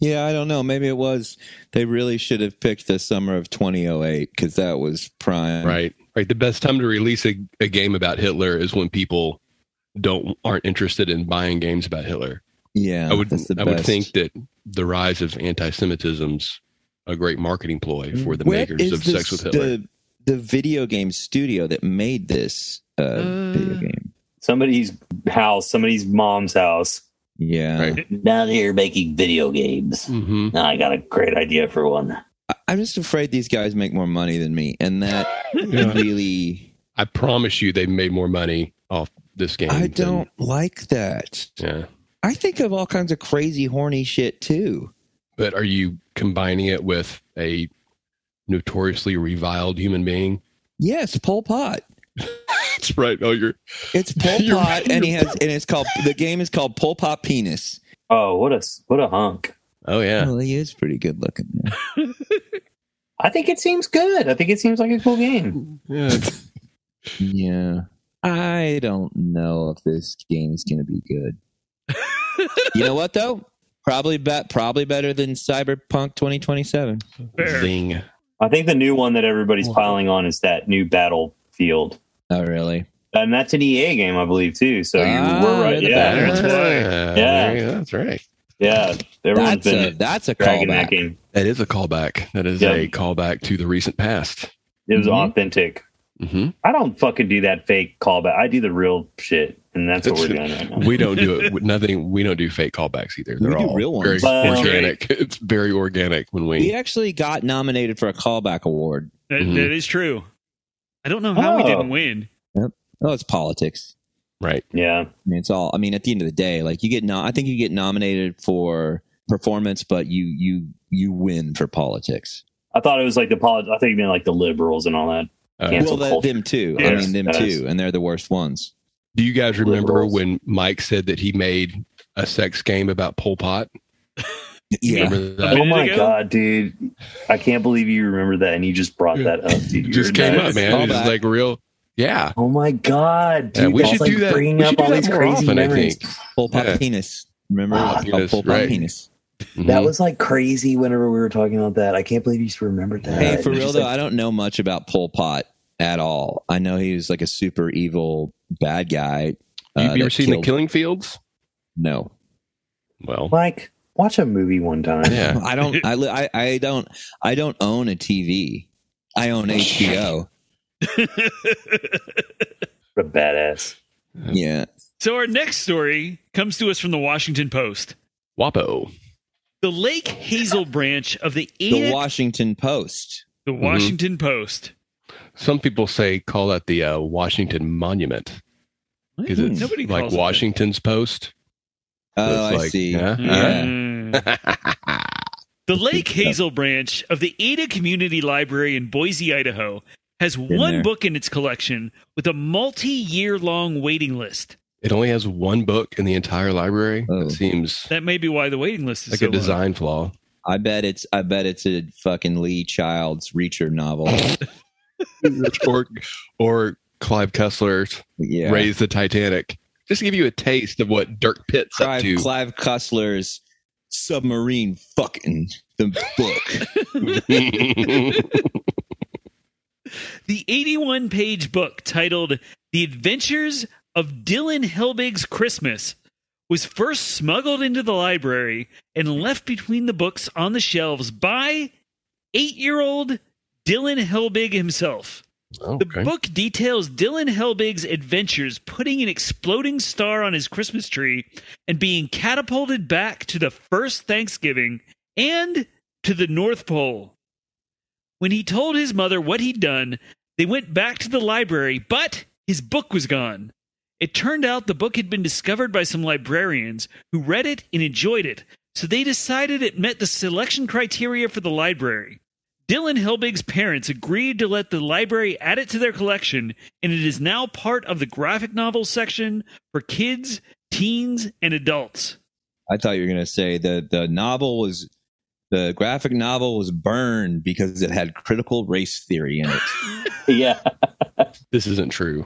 yeah, I don't know. Maybe it was. They really should have picked the summer of 2008 because that was prime.
Right. Right. The best time to release a, a game about Hitler is when people don't aren't interested in buying games about Hitler.
Yeah,
I would
that's the
I would
best.
think that the rise of anti-Semitism's a great marketing ploy for the
Where
makers
is
of
the
Sex with
stu-
Hitler.
The, video game studio that made this uh,
Mm.
video game.
Somebody's house, somebody's mom's house.
Yeah,
Right.
Down here making video games.
hmm
Mm-hmm.
Now I got a great idea for one.
I, I'm just afraid these guys make more money than me, and that really,
I promise you, they made more money off this game.
I
than-
don't like that.
yeah,
I think of all kinds of crazy, horny shit too.
but are you combining it with a notoriously reviled human being?
Yes, Pol Pot.
That's right. Oh, you're
It's Pol
You're
Pot,
right,
and he
you're
has, and it's called the game is called Pol Pot Penis.
Oh, what a what a hunk!
Oh yeah.
Well, he is pretty good looking. man.
I think it seems good. I think it seems like a cool game.
Yeah.
Yeah, I don't know if this game is going to be good. you know what though? Probably bet, probably better than Cyberpunk 2027.
Fair.
Zing.
I think the new one that everybody's
Wow.
piling on is that new Battlefield,
Oh, really?
and that's an EA game, I believe, too. So
Ah,
you were right.
they're the
Yeah,
better. that's
Ah,
right.
Yeah.
there you go. that's right.
yeah. Everyone's
That's a
been
that's a
dragging that
callback.
game.
That is a callback. That is
Yeah.
a callback to the recent past.
It was
Mhm.
authentic.
hmm
I don't fucking do that fake callback. I do the real shit, and that's what
That's
we're
true.
doing right now.
We don't do it. Nothing. We don't do fake callbacks either.
We
They're
do
all
real
very
ones.
um,
Well-
organic. It's very organic when we.
We actually got nominated for a callback award.
That,
Mhm.
that is true. I don't know how we
Oh.
didn't win.
Oh, it's politics.
Right.
Yeah,
I mean, it's all. I mean, at the end of the day, like you get. No, I think you get nominated for performance, but you you you win for politics.
I thought it was like the polit- I think you meant like the liberals and all that.
Uh,
Yeah. Cancel
well,
culture.
them too. I
Yes,
mean, them
yes.
too, and they're the worst ones.
Do you guys remember
Liberals.
when Mike said that he made a sex game about Pol Pot?
Yeah,
Remember
A
that?
Oh
minute
my
ago?
god, dude! I can't believe you remember that, and you just brought that up. Dude.
It just
You're
came
nuts.
up, man. It's
Callback.
just like real. Yeah.
Oh my god, dude!
Yeah, we
that's
should
like
do that-
Bringing
we
up
should do
all
that
these
more
crazy
often, I
memories.
think.
Pol Pot
Yeah.
penis. Remember
Ah,
It's called
penis,
Pol Pot
right.
penis.
That
Mhm.
was like crazy. Whenever we were talking about that, I can't believe you just remembered that.
Hey, for
It's
real
just
though,
like-
I don't know much about Pol Pot at all. I know he was like a super evil bad guy.
You,
uh,
you ever
that
seen
killed-
the Killing Fields?
No,
Well,
Mike, watch a movie one time.
yeah.
I don't. I, li- I I don't. I don't own a TV. I own HBO.
What a badass.
Yeah.
So our next story comes to us from the Washington Post.
Wapo.
The Lake Hazel branch of the
The
Enoch,
Washington Post.
the Washington Post.
Some people say call that the uh, Washington Monument because it's
Mm. Nobody
like
calls it
Washington's Post. So
Hmm. Oh,
it's
I
like,
see.
yeah,
that.
Yeah.
Mm. The Lake Hazel branch of the Ada Community Library in Boise, Idaho, has one
there.
book in its collection with a multi-year-long waiting list.
It only has one book in the entire library.
Oh.
That seems
That may be why the waiting list is
like
so
a design flaw.
I bet it's. I bet it's a fucking Lee Child's Reacher novel.
or or Clive Cussler's
Yeah.
Raise the Titanic. Just to give you a taste of what Dirk Pitt's up
Clive,
to.
Clive Cussler's submarine fucking the book.
long. The 81-page book titled "The Adventures of Dylan Helbig's Christmas" was first smuggled into the library and left between the books on the shelves by eight-year-old Dylan Helbig himself.
Oh,
The
okay.
book details Dylan Helbig's adventures putting an exploding star on his Christmas tree and being catapulted back to the first Thanksgiving and to the North Pole. When he told his mother what he'd done, they went back to the library, but his book was gone. It turned out the book had been discovered by some librarians who read it and enjoyed it, so they decided it met the selection criteria for the library. Dylan Helbig's parents agreed to let the library add it to their collection, and it is now part of the graphic novel section for kids, teens, and adults.
I thought you were gonna say the the novel was the graphic novel was burned because it had critical race theory in it.
Yeah.
This isn't true.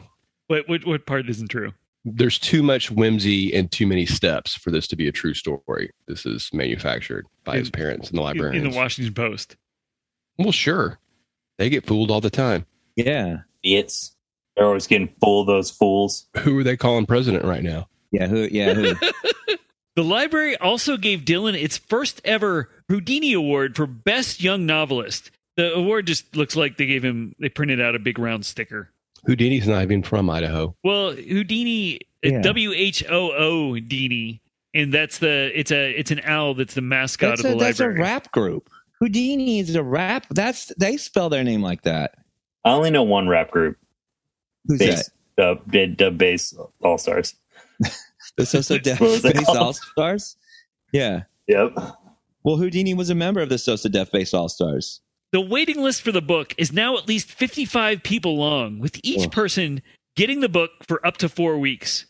What what, what part isn't true?
There's too much whimsy and too many steps for this to be a true story. This is manufactured by his
In-
parents and the
In, in
librarians.
the Washington Post.
well, sure. They get fooled all the time.
Yeah.
It's they're always getting full of those fools.
Who are they calling president right now?
Yeah, who yeah, who
The library also gave Dylan its first ever Houdini Award for Best Young Novelist. The award just looks like they gave him, they printed out a big round sticker.
Houdini's not even from Idaho.
Well, Houdini, uh,
Yeah.
W H O O Dini, and that's the it's a it's an owl that's the mascot
That's
of
a,
the
that's a
library.
rap group. Houdini is a rap. That's they spell their name like that.
I only know one rap group.
Who's
Bass,
that?
uh, did dub bass all stars.
The Soso Def
What was it
Bass
called?
All Stars. Yeah.
Yep.
Well, Houdini was a member of the Sosa Def Bass All Stars.
The waiting list for the book is now at least 55 people long, with each
Ugh.
person getting the book for up to four weeks.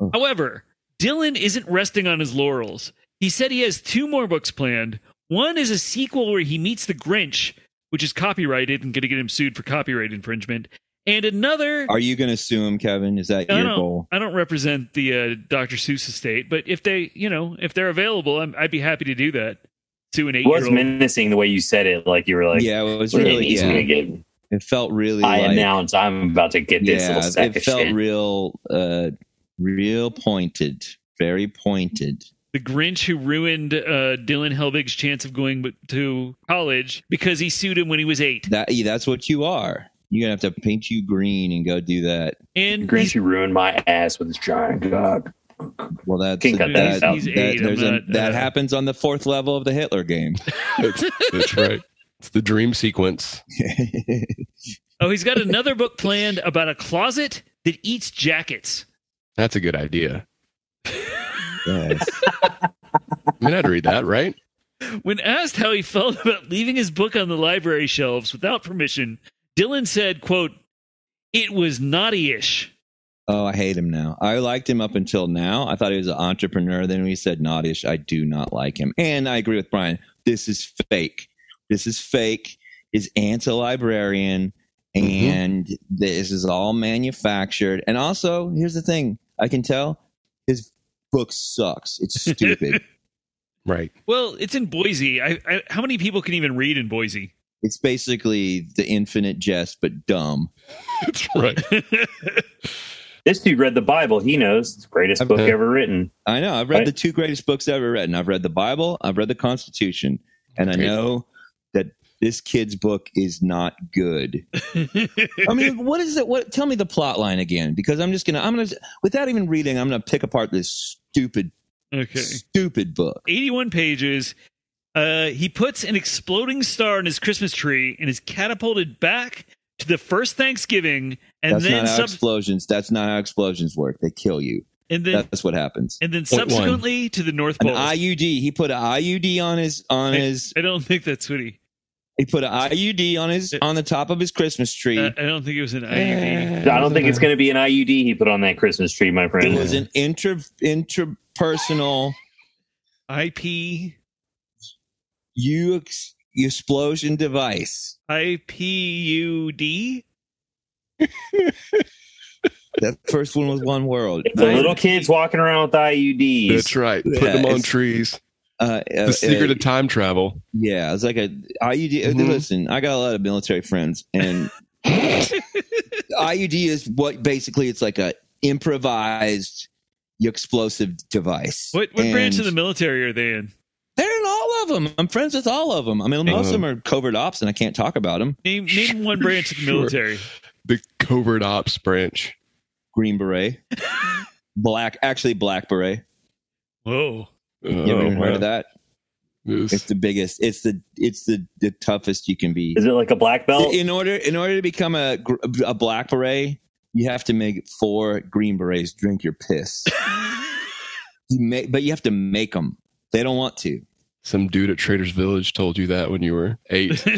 Ugh.
However, Dylan isn't resting on his laurels. He said he has two more books planned. One is a sequel where he meets the Grinch, which is copyrighted and going to get him sued for copyright infringement. And another,
Are you going to sue him, Kevin? Is that
I
your
don't-
goal?
I don't represent the uh, Dr. Seuss estate, but if they, you know, if they're available, I'm, I'd be happy to do that. To an
It was
eight-year-old.
menacing the way you said it. Like you were like,
yeah, it was
"Really,
really.
he's gonna
Yeah,
get-
it felt really.
I
like,
announce I'm about to get this
yeah,
little sack
it
of
felt
shit.
real, uh, real pointed, very pointed.
the Grinch who ruined uh, Dylan Helbig's chance of going b- to college because he sued him when he was eight.
That yeah, that's what you are. You're gonna have to paint you green and go do that.
And
Grinch,
he's,
you ruined my ass with his giant cock.
Well, that's
Can't cut that out.
that,
He's eight, I'm
there's a-
not, uh,
that happens on the fourth level of the Hitler game.
That's right. It's the dream sequence.
oh, he's got another book planned about a closet that eats jackets.
That's a good idea.
Yes.
I mean, I'd read that, right?
When asked how he felt about leaving his book on the library shelves without permission, Dylan said, "quote It was naughty-ish."
Oh, I hate him now. I liked him up until now. I thought he was an entrepreneur. Then when he said naughtish, I do not like him. And I agree with Brian. This is fake. This is fake. His aunt's a librarian, and this is all manufactured. And also, here's the thing: I can tell his book sucks. It's stupid.
Right.
Well, it's in Boise. I, I, how many people can even read in Boise?
it's basically the infinite jest, but dumb.
That's right.
This dude read the Bible. He knows it's the greatest
I've-
book ever written.
I know. I've read
Right.
the two greatest books I've ever written. I've read the Bible, I've read the Constitution, and I
Great.
know that this kid's book is not good. I mean, what is it? What? Tell me the plot line again, because I'm just gonna, I'm gonna, without even reading, I'm gonna pick apart this stupid,
okay.
stupid book.
81 pages. Uh, he puts an exploding star in his Christmas tree and is catapulted back to the first Thanksgiving, and
that's
then
not how
sub-
explosions. That's not how explosions work. They kill you.
and then
that's what happens.
and then
Point one.
subsequently to the North
An
Pole. I
IUD. He put an IUD on his on his.
don't think that's what he.
He put an IUD on his on the top of his Christmas tree.
I I don't think it was an IUD.
I don't think it's going to be an IUD he put on that Christmas tree, my
it
friend.
was an inter interpersonal
IP
you ex- explosion device.
IPUD.
That first one was one world.
the little kids walking around with IUDs.
That's right. Put
Yeah,
them on
it's-
trees.
Uh, uh,
The secret
uh,
of time travel.
yeah, it's like a IUD. uh,
Mhm.
Listen, I got a lot of military friends, and IUD is what basically it's like a improvised explosive device.
What what branch
And
of the military are they in?
They're in all of them. I'm friends with all of them. I mean,
Uh-huh.
most of them are covert ops, and I can't talk about them.
Name name one branch of the
Sure.
military.
The covert ops branch.
Green Beret, black, actually black beret.
Whoa.
Oh,
You ever even heard
wow.
of that?
This-
It's the biggest. It's the it's the the toughest you can be.
Is it like a black belt?
In order in order to become a gr- a black beret, you have to make four green berets drink your piss. you make, but you have to make them. They don't want to.
Some dude at Trader's Village told you that when you were eight.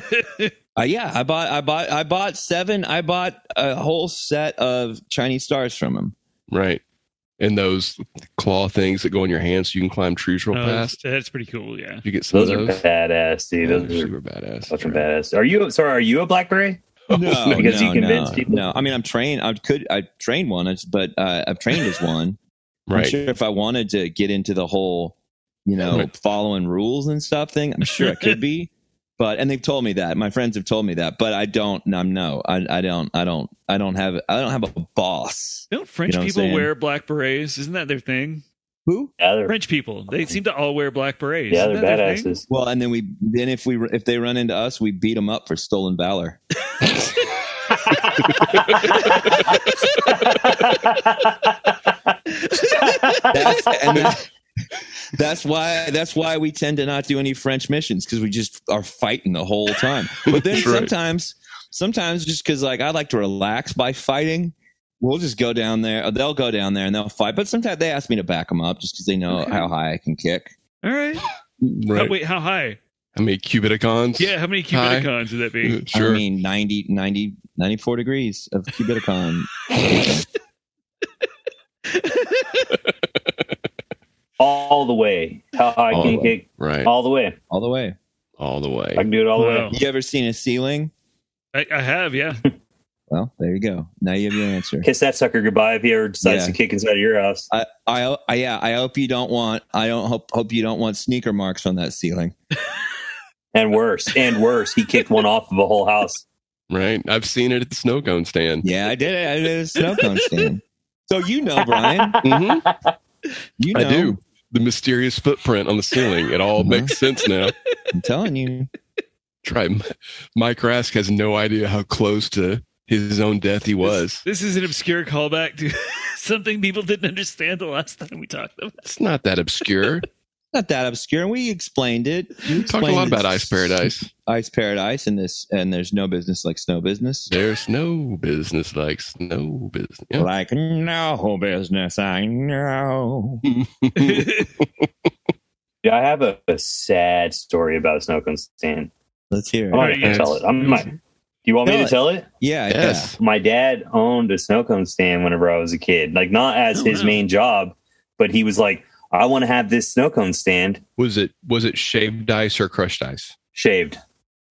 Oh,
Uh, yeah, I bought I bought I bought seven. I bought a whole set of Chinese stars from him.
right. And those claw things that go in your hands so you can climb trees real
Oh, that's,
fast.
that's pretty cool, yeah.
You get some
those,
of
are
those.
badass, dude.
Yeah,
Those
they're
are
super badass.
fucking badass. Are you sorry? Are you a black beret?
No,
Because
no,
you convinced
no,
people.
No, I mean I'm trained. I could I trained one, it's- but uh, I've trained as one.
Right.
I'm sure if I wanted to get into the whole, you know,
Right.
following rules and stuff thing, I'm sure I could be. But and they've told me that my friends have told me that, but I don't. I'm no. I, I don't. I don't. I don't have. I don't have a boss.
Don't French
You know what I'm
people
saying?
wear black berets? Isn't that their thing?
Who?
Yeah, they're,
French people. They seem to all wear black berets.
yeah, they're
Isn't that their thing?
badasses.
Well, and then we then if we if they run into us, we beat them up for stolen valor. That's, and that- that's why that's why we tend to not do any French missions because we just are fighting the whole time. But then
That's right.
sometimes, sometimes just because like I like to relax by fighting, we'll just go down there. or They'll go down there and they'll fight. But sometimes they ask me to back them up just because they know how high I can kick.
All right.
Right.
Oh, wait, how high?
I mean, cubiticons.
Yeah, how many
High.
Cubiticons would that be?
Uh, Sure.
I mean 90, 90, 94 degrees of cubiticon.
all the way. How high
All
can
the
you
way.
kick?
right. All,
All the way.
all the way.
the way.
I can do it all the way.
Wow.
You ever seen a ceiling?
I, I have, yeah.
Well, there you go. Now you have your answer.
Kiss that sucker goodbye if he ever decides
Yeah.
to kick inside of your house.
I, I, I, yeah. I hope you don't want. I don't hope hope you don't want sneaker marks on that ceiling.
And worse, and worse, he kicked one off of a whole house.
Right. I've seen it at the snow cone stand.
Yeah, I did it. I did a snow cone stand. So you know, Brian.
hmm
You know,
I do. The mysterious footprint on the ceiling. It all
Mhm.
makes sense now.
I'm telling you.
Try. Mike Rask has no idea how close to his own death he was.
This is an obscure callback to something people didn't understand the last time we talked about.
It's not that obscure.
Not that obscure. We explained it.
We talked a lot
Explained
about
it.
Ice Paradise.
Ice paradise, and this, and there's no business like snow business.
There's no business like snow business. Yeah.
Like no business, I know.
it.
Yeah, I have a, a sad story about Snow Cone Stand.
Let's hear
I'm
it.
not gonna tell it. I'm not. Do you want me
Tell
to
it.
tell it?
Yeah,
yes.
My dad owned a snow cone stand whenever I was a kid. Like not as
Oh,
his
wow.
main job, but he was like, I want to have this snow cone stand
Was it was it shaved ice or crushed ice?
shaved.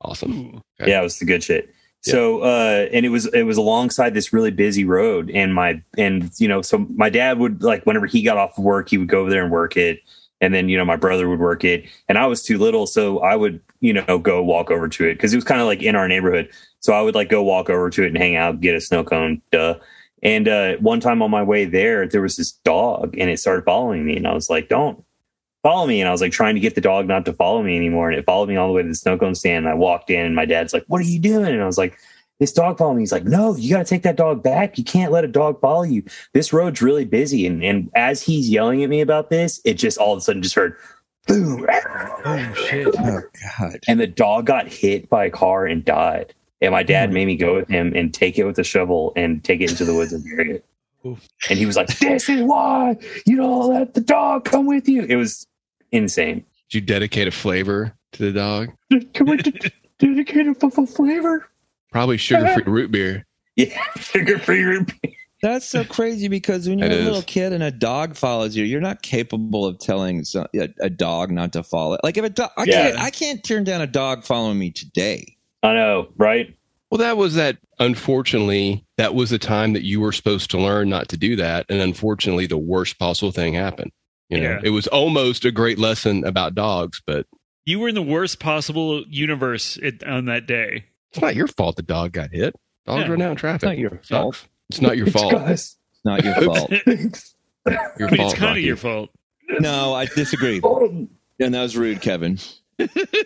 Awesome. Okay.
Yeah, it was the good shit. So uh and it was it was alongside this really busy road and my and you know so my dad would like whenever he got off of work he would go over there and work it and then you know my brother would work it and I was too little so I would you know go walk over to it cuz it was kind of like in our neighborhood so I would like go walk over to it and hang out get a snow cone duh and uh one time on my way there there was this dog and it started following me and I was like don't follow me. And I was like trying to get the dog not to follow me anymore. And it followed me all the way to the snow cone stand. And I walked in and my dad's like, What are you doing? And I was like, This dog followed me. He's like, No, you got to take that dog back. You can't let a dog follow you. This road's really busy. And, and as he's yelling at me about this, it just all of a sudden just heard boom.
Oh, shit.
Oh God.
And the dog got hit by a car and died. And my dad made me go with him and take it with a shovel and take it into the woods and bury it.
Oof.
And he was like, This is why you don't let the dog come with you. It was insane.
Did you dedicate a flavor to the dog?
Can we d- dedicate a f- f- flavor?
Probably sugar free root beer.
Yeah, sugar free root beer.
That's so crazy because when you're
It
a
is.
little kid and a dog follows you, you're not capable of telling so- a, a dog not to follow. Like if a dog, I, can't,
Yeah.
I can't turn down a dog following me today.
I know, right?
Well, that was that. Unfortunately, that was the time that you were supposed to learn not to do that, and unfortunately, the worst possible thing happened. You know,
Yeah.
it was almost a great lesson about dogs, but
You were in the worst possible universe it, on that day.
it's not your fault the dog got hit. Dogs
Yeah.
run out in traffic.
It's not your
Sucks.
fault.
It's not your
It's
fault.
guys.
It's not your fault.
Thanks.
Your
I mean,
fault,
it's kind
Rocky.
of your fault.
No, I disagree.
Oh,
And that was rude, Kevin.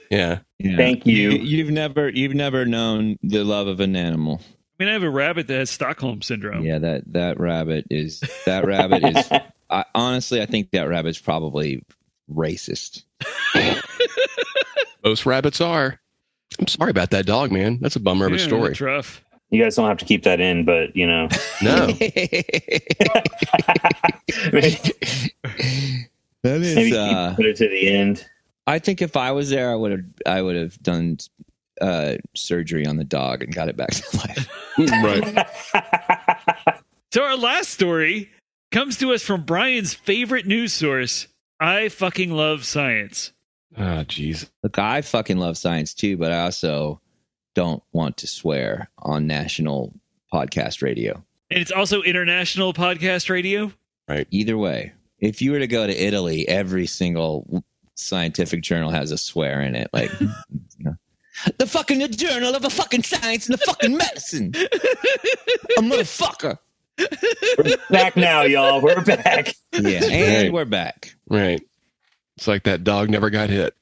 Yeah,
Yeah.
Thank you.
You've never, you've never known the love of an animal.
I mean, I have a rabbit that has Stockholm syndrome.
Yeah, that that rabbit is that rabbit is. I, honestly, I think that rabbit's probably racist.
most rabbits are. I'm sorry about that dog, man. That's a bummer of a
Yeah,
story.
That's rough.
You guys don't have to keep that in, but you know,
No,
maybe
that is.
keep
Uh,
it to the end.
I think if I was there, I would have I would have done uh, surgery on the dog and got it back to life.
right?
So our last story comes to us from Brian's favorite news source. I fucking love science.
Ah, jeez.
Look, I fucking love science too, but I also don't want to swear on national podcast radio.
And it's also international podcast radio.
Either way, if you were to go to Italy, every single scientific journal has a swear in it, like. you know, The fucking journal of a fucking science and the fucking medicine. a motherfucker.
back now, y'all. We're back.
Yeah, and
Right.
we're back.
Right. It's like that dog never got hit.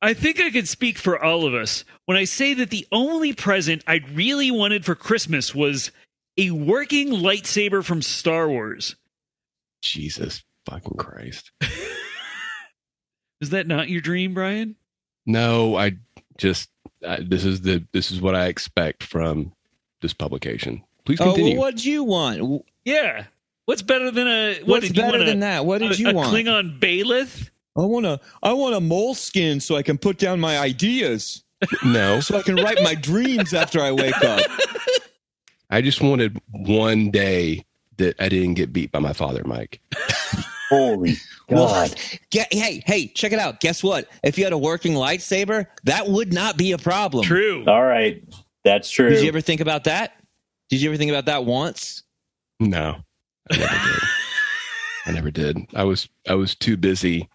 I think I could speak for all of us when I say that the only present I really wanted for Christmas was a working lightsaber from Star Wars.
Jesus fucking Christ.
Is that not your dream, Brian?
No, I just I, this is the this is what I expect from this publication. Please
Oh, well,
continue.
what'd you want? What's
Yeah. What's better than a what
What's
did you
better
want
than
a-
that? What did
a-
you
a
want?
Klingon bailiff?
I want a I want a moleskin so I can put down my ideas,
no,
so I can write my dreams after I wake up.
I just wanted one day that I didn't get beat by my father, Mike.
Holy God.
Get, hey, hey, check it out. Guess what? If you had a working lightsaber, that would not be a problem.
True.
All right. That's true.
Did you ever think about that? Did you ever think about that once?
No, I never did. I never did. I was I was too busy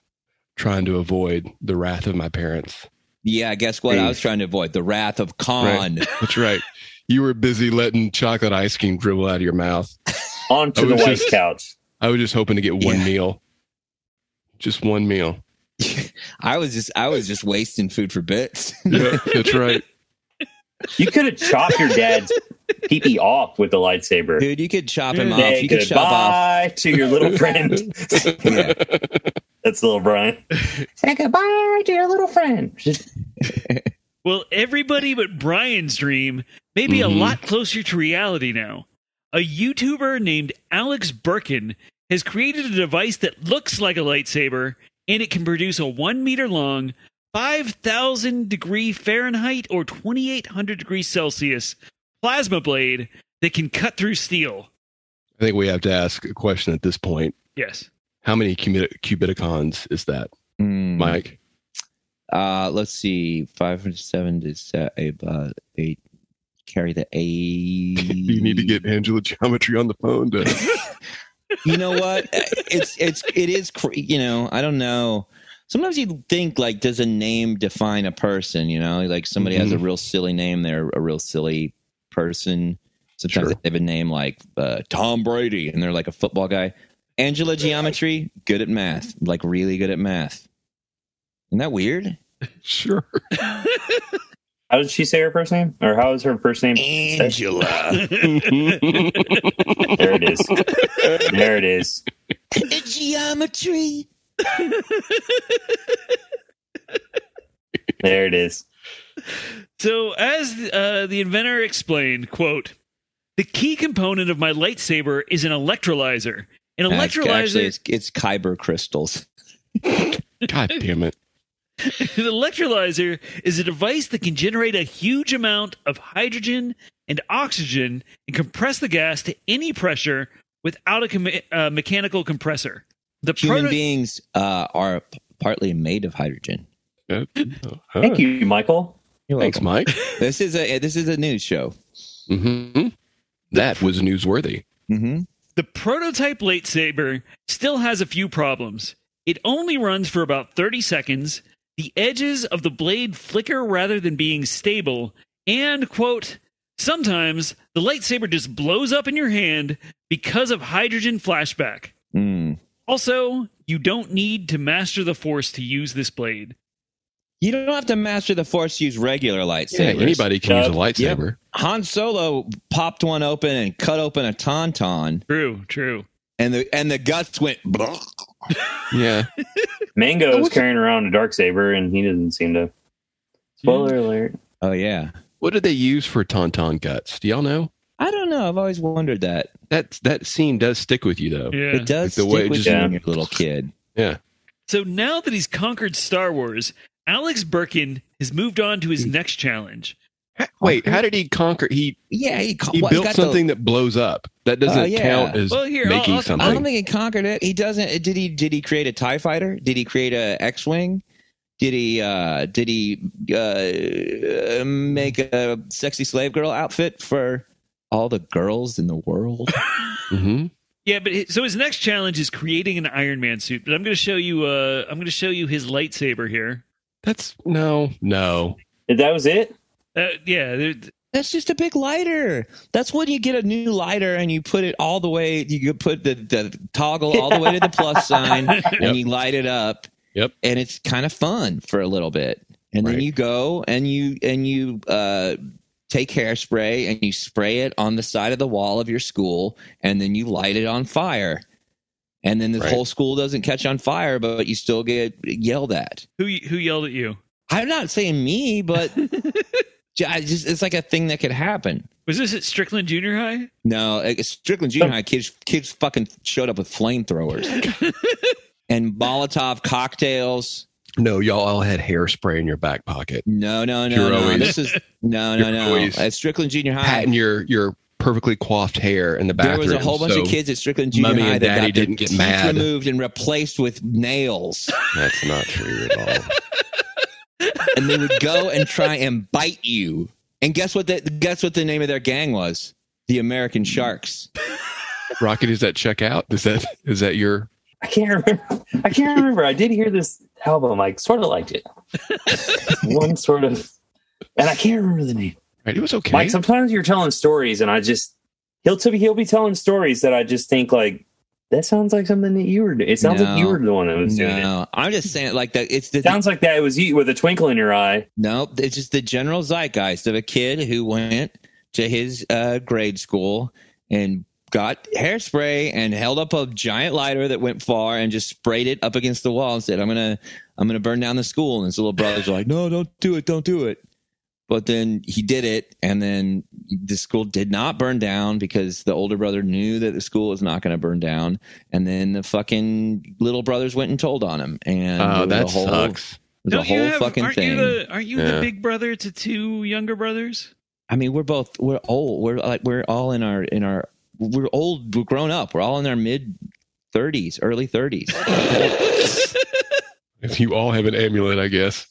trying to avoid the wrath of my parents.
Yeah, guess what? I was trying to avoid the wrath of Khan.
That's right. You were busy letting chocolate ice cream dribble out of your mouth.
Onto
I
the
was
white
just-
couch.
I was just hoping to get one
Yeah.
meal. Just one meal.
I was just I was just wasting food for bits.
Yeah, that's right.
You could have chopped your dad's pee pee off with the lightsaber.
Dude, you could chop him
Dude,
off.
Say
You could chop off.
goodbye to your little friend.
Yeah.
That's little Brian. Say goodbye to your little friend. Just-
Well, everybody but Brian's dream may be a
Mhm.
lot closer to reality now. A YouTuber named Alex Birkin has created a device that looks like a lightsaber and it can produce a one meter long, 5,000 degree Fahrenheit or 2,800 degrees Celsius plasma blade that can cut through steel.
I think we have to ask a question at this point.
Yes.
How many cubit- cubiticons is that,
Mm.
Mike?
Uh, let's see. Five and seven to set about eight. Carry the eight.
You need to get Angela Geometry on the phone to
You know what? Uh, it's it's it is. cr- You know, I don't know. Sometimes you think like, does a name define a person? You know, like somebody has a
Mm-hmm.
real silly name, they're a real silly person. Sometimes
Sure.
they have a name like uh, Tom Brady, and they're like a football guy. Angela Geometry, good at math, like really good at math. Isn't that weird?
sure.
How did she say her first name? Or how is her first name?
Angela.
There it is. There it is.
Geometry.
There it is.
So, as uh, the inventor explained, quote, the key component of my lightsaber is an electrolyzer. An
Actually, actually,
electrolyzer
it's, it's kyber crystals.
God damn it!
An electrolyzer is a device that can generate a huge amount of hydrogen and oxygen and compress the gas to any pressure without a com- uh, mechanical compressor. The
Human
proto-
beings uh, are p- partly made of hydrogen.
Uh, uh,
Thank you, Michael.
Thanks, Mike.
This is a eh, this is a news show.
hmm That was newsworthy.
hmm
the prototype lightsaber still has a few problems. It only runs for about 30 seconds. The edges of the blade flicker rather than being stable. And, quote, sometimes the lightsaber just blows up in your hand because of hydrogen flashback.
Mm.
Also, you don't need to master the force to use this blade.
You don't have to master the force to use regular
Yeah,
lightsabers.
anybody can use a
Uh,
lightsaber.
Han Solo popped one open and cut open a tauntaun,
True, true.
and the and the guts went. "Blah."
Yeah,
Mango is carrying around a dark saber, and he doesn't seem to. Spoiler alert.
Oh yeah,
what did they use for tauntaun guts? Do y'all know?
I don't know. I've always wondered that.
That that scene does stick with you though.
Yeah.
It does
Like the
stick
way it
with
just-
you
Yeah.
when you're a little kid.
So now that he's conquered Star Wars, Alex Birkin has moved on to his next challenge.
Wait, how did he conquer? He
Yeah, he, con-
he
well,
built
got the-
something that blows up. That doesn't
Oh, yeah.
count as
Well, here, I'll-
making
I'll-
something.
I don't think he conquered it. He doesn't. Did he? Did he create a Tie Fighter? Did he create a X Wing? Did he? Uh, did he uh, make a sexy slave girl outfit for all the girls in the world?
hmm
Yeah, but hi- so his next challenge is creating an Iron Man suit. But I'm going to show you. Uh, I'm going to show you his lightsaber here.
That's no, no.
That was it?
Uh, yeah, there-
That's just a big lighter. That's when you get a new lighter and you put it all the way. You could put the, the toggle all the way to the plus sign
Yep.
and you light it up.
Yep.
And it's kind of fun for a little bit, and then
Right.
you go and you and you uh, take hairspray and you spray it on the side of the wall of your school, and then you light it on fire, and then the
Right.
whole school doesn't catch on fire, but you still get yelled at.
Who who yelled at you?
I'm not saying me, but j- I just it's like a thing that could happen.
Was this at Strickland Junior High?
No, like, Strickland Junior High kids kids fucking showed up with flamethrowers and Molotov cocktails.
No, y'all all had hairspray in your back pocket,
No, no, no,
You're
no.
always-
this is no, no,
you're
no.
always
At Strickland Junior High,
patting your your perfectly coiffed hair in the
there
bathroom.
was a whole bunch of
so
kids at Strickland Junior
Mummy
High
and
that
Daddy
got their
didn't get
teeth
mad.
removed and replaced with nails,
That's not true at all.
and they would go and try and bite you. And guess what? The, guess what the name of their gang was? The American Sharks.
Rocket, is that check out? Is that is that your?
I can't remember. I can't remember. I did hear this album. I sort of liked it. One sort of, and I can't remember the name.
Right, it was okay.
Mike, sometimes you're telling stories, and I just he'll t- he'll be telling stories that I just think like that sounds like something that you were. doing. It sounds like you
No.
were the one that was doing it.
No, I'm just saying like that. It's the
It sounds like that it was you with a twinkle in your eye.
No, it's just the general zeitgeist of a kid who went to his uh, grade school and got hairspray and held up a giant lighter that went far and just sprayed it up against the wall and said, "I'm gonna, I'm gonna burn down the school." And his little brothers were like, "No, don't do it, don't do it." But then he did it, and then the school did not burn down because the older brother knew that the school was not going to burn down. And then the fucking little brothers went and told on him, and it
oh,
was
that
a whole,
sucks.
it was a
Don't you
whole
have-
fucking
aren't
thing.
You the, aren't you the
Yeah.
big brother to two younger brothers?
I mean, we're both we're old. We're like we're all in our in our we're old. We're grown up. We're all in our mid thirties, early thirties.
If you all have an amulet, I guess.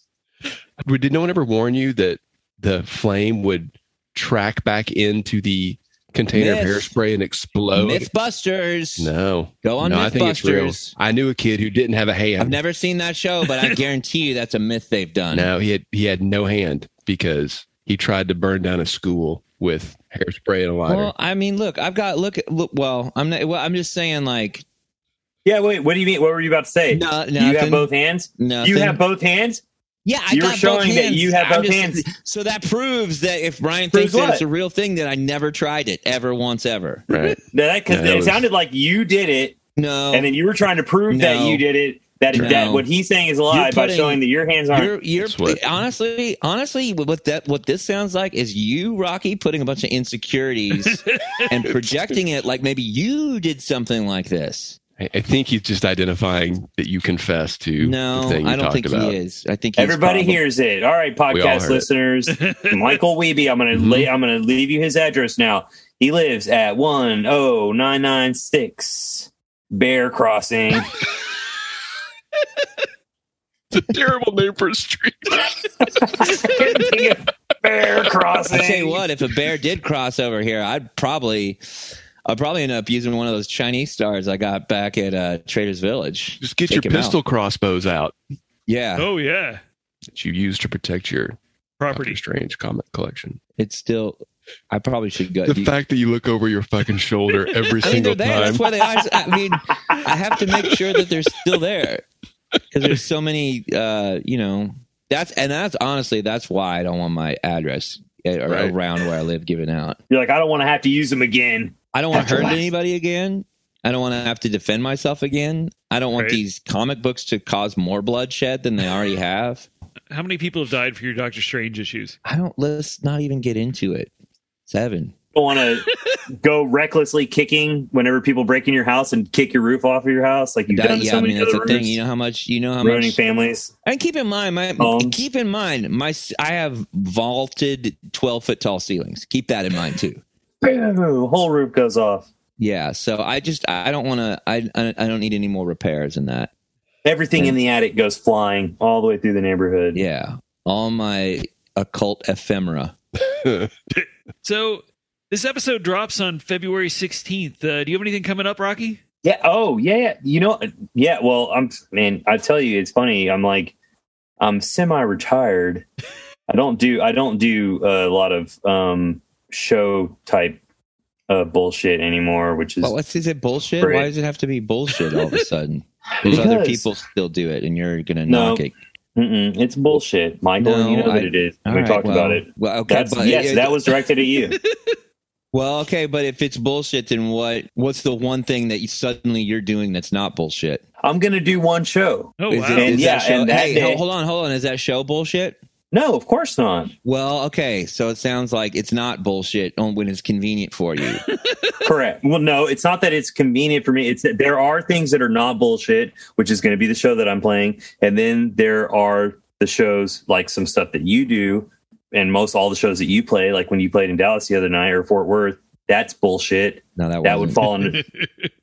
Would- Did no one ever warn you that the flame would track back into the container of
Myth.
hairspray and explode?
MythBusters.
No,
Go on
no, I think it's real.
MythBusters.
I knew a kid who didn't have a hand.
I've never seen that show, but I guarantee you that's a myth they've done.
No, he had he had no hand because he tried to burn down a school with hairspray and a lighter.
Well, I mean, look, I've got look, look. Well, I'm not. Well, I'm just saying, like,
Yeah, wait. What do you mean? What were you about to say?
no,
you have
nothing.
both hands.
nothing.
You have both hands.
Yeah, I
You're
got both
showing
hands.
that you have
I'm
both hands.
So that proves that if Brian
Proves
thinks that it's
what?
a real thing, that I never tried it ever once ever.
right.
No, that because
Yeah, that
it
was-
sounded like you did it,
No,
and then you were trying to prove that
No.
you did it. That,
No.
that what he's saying is a lie
You're
by
putting-
showing that your hands aren't.
You're, you're
That's what-
honestly, honestly, what that what this sounds like is you, Rocky, putting a bunch of insecurities and projecting it like maybe you did something like this.
I, I think he's just identifying that you confess to the
No,
thing you
I don't
talked
think
about.
he is. I think he's
Everybody
probably-
hears it. All right,
We all heard
podcast
it.
listeners. Michael Weeby, I'm gonna
Mm-hmm.
Mhm.
lay, I'm gonna leave you his address now. He lives at one oh nine nine six Bear Crossing.
It's a terrible name for a street.
Couldn't think of Bear Crossing.
I tell you what, if a bear did cross over here, I'd probably. I'd probably end up using one of those Chinese stars I got back at uh, Trader's Village.
Just get
Take
your
him out.
pistol crossbows out
Yeah,
Oh yeah,
that you use to protect your
property.
Doctor Strange comic collection.
it's still. I probably should go.
The
you-
fact that you look over your fucking shoulder every
I mean,
single
they're there.
time.
That's why they are. I mean, I have to make sure that they're still there because there's so many. Uh, you know, that's and that's honestly that's why I don't want my address uh, or
Right.
around where I live given out.
You're like, I don't want to have to use them again.
I don't want to
After
hurt
last.
anybody again. I don't want to have to defend myself again. I don't want
Right.
these comic books to cause more bloodshed than they already have.
How many people have died for your Doctor Strange issues?
I don't. Let's not even get into it. Seven.
Don't want to go recklessly kicking whenever people break in your house and kick your roof off of your house, like you've
That-
done to
yeah,
so
I
many
mean that's
other
the thing.
roofs,
You know how much. You know how
ruining
much.
families.
And keep in mind, my
Homes.
keep in mind, my I have vaulted twelve foot tall ceilings. Keep that in mind too.
Boo! Whole roof goes off.
Yeah, so I just I don't want to. I I I don't need any more repairs in that.
Everything in the attic goes flying all the way through the neighborhood.
Yeah, all my occult ephemera.
So this episode drops on February sixteenth. Uh, do you have anything coming up, Rocky?
Yeah. Oh, yeah, yeah. You know, yeah. Well, I'm man. I tell you, it's funny. I'm like, I'm semi-retired, I don't do I don't do a lot of um show type uh bullshit anymore, which is
Well, what's is it bullshit?
Great.
Why does it have to be bullshit all of a sudden? There's other
Because-
people still do it, and you're gonna
No.
knock it.
Mm-mm, it's bullshit, Michael.
No,
you know
I-
what it is.
All
we
right,
talked
well-
about it.
Well, okay,
That's
but
yes, that was directed at you.
well, okay, but if it's bullshit, then what? What's the one thing that you, suddenly you're doing that's not bullshit?
I'm gonna do one show.
Oh
Is it-
wow.
And
is
yeah,
that show,
and that
hey,
day-
hold on, hold on. Is that show bullshit?
No, of course not.
Well, okay, so it sounds like it's not bullshit on- when it's convenient for you.
Correct. Well, no, it's not that it's convenient for me. It's that there are things that are not bullshit, which is going to be the show that I'm playing, and then there are the shows like some stuff that you do, and most all the shows that you play, like when you played in Dallas the other night or Fort Worth, that's bullshit.
No, that,
That
wasn't-
would fall under.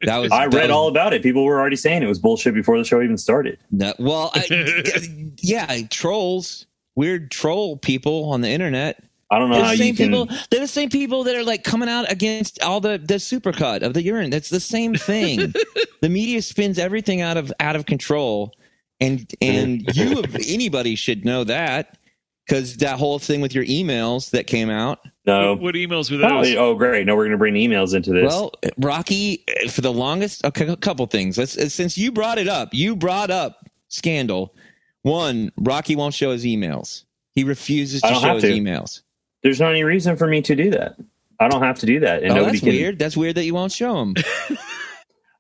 That was
I
that
read
was-
all about it. People were already saying it was bullshit before the show even started.
No, well, I, yeah, trolls, weird troll people on the internet.
I don't know
They're
how
the
Uh,
same
you can.
people. They're the same people that are like coming out against all the the supercut of the urine. That's the same thing. the media spins everything out of out of control, and and you anybody should know that because that whole thing with your emails that came out.
No.
What emails were
Oh,
those?
oh, great. No, we're going to bring emails into this.
Well, Rocky, for the longest, okay, a couple things. Let's uh, since you brought it up, you brought up scandal. One, Rocky won't show his emails. He refuses to
I don't
show
have
his
to.
emails.
There's not any reason for me to do that. I don't have to do that, and
oh,
nobody
that's
can.
weird. That's weird that you won't show him.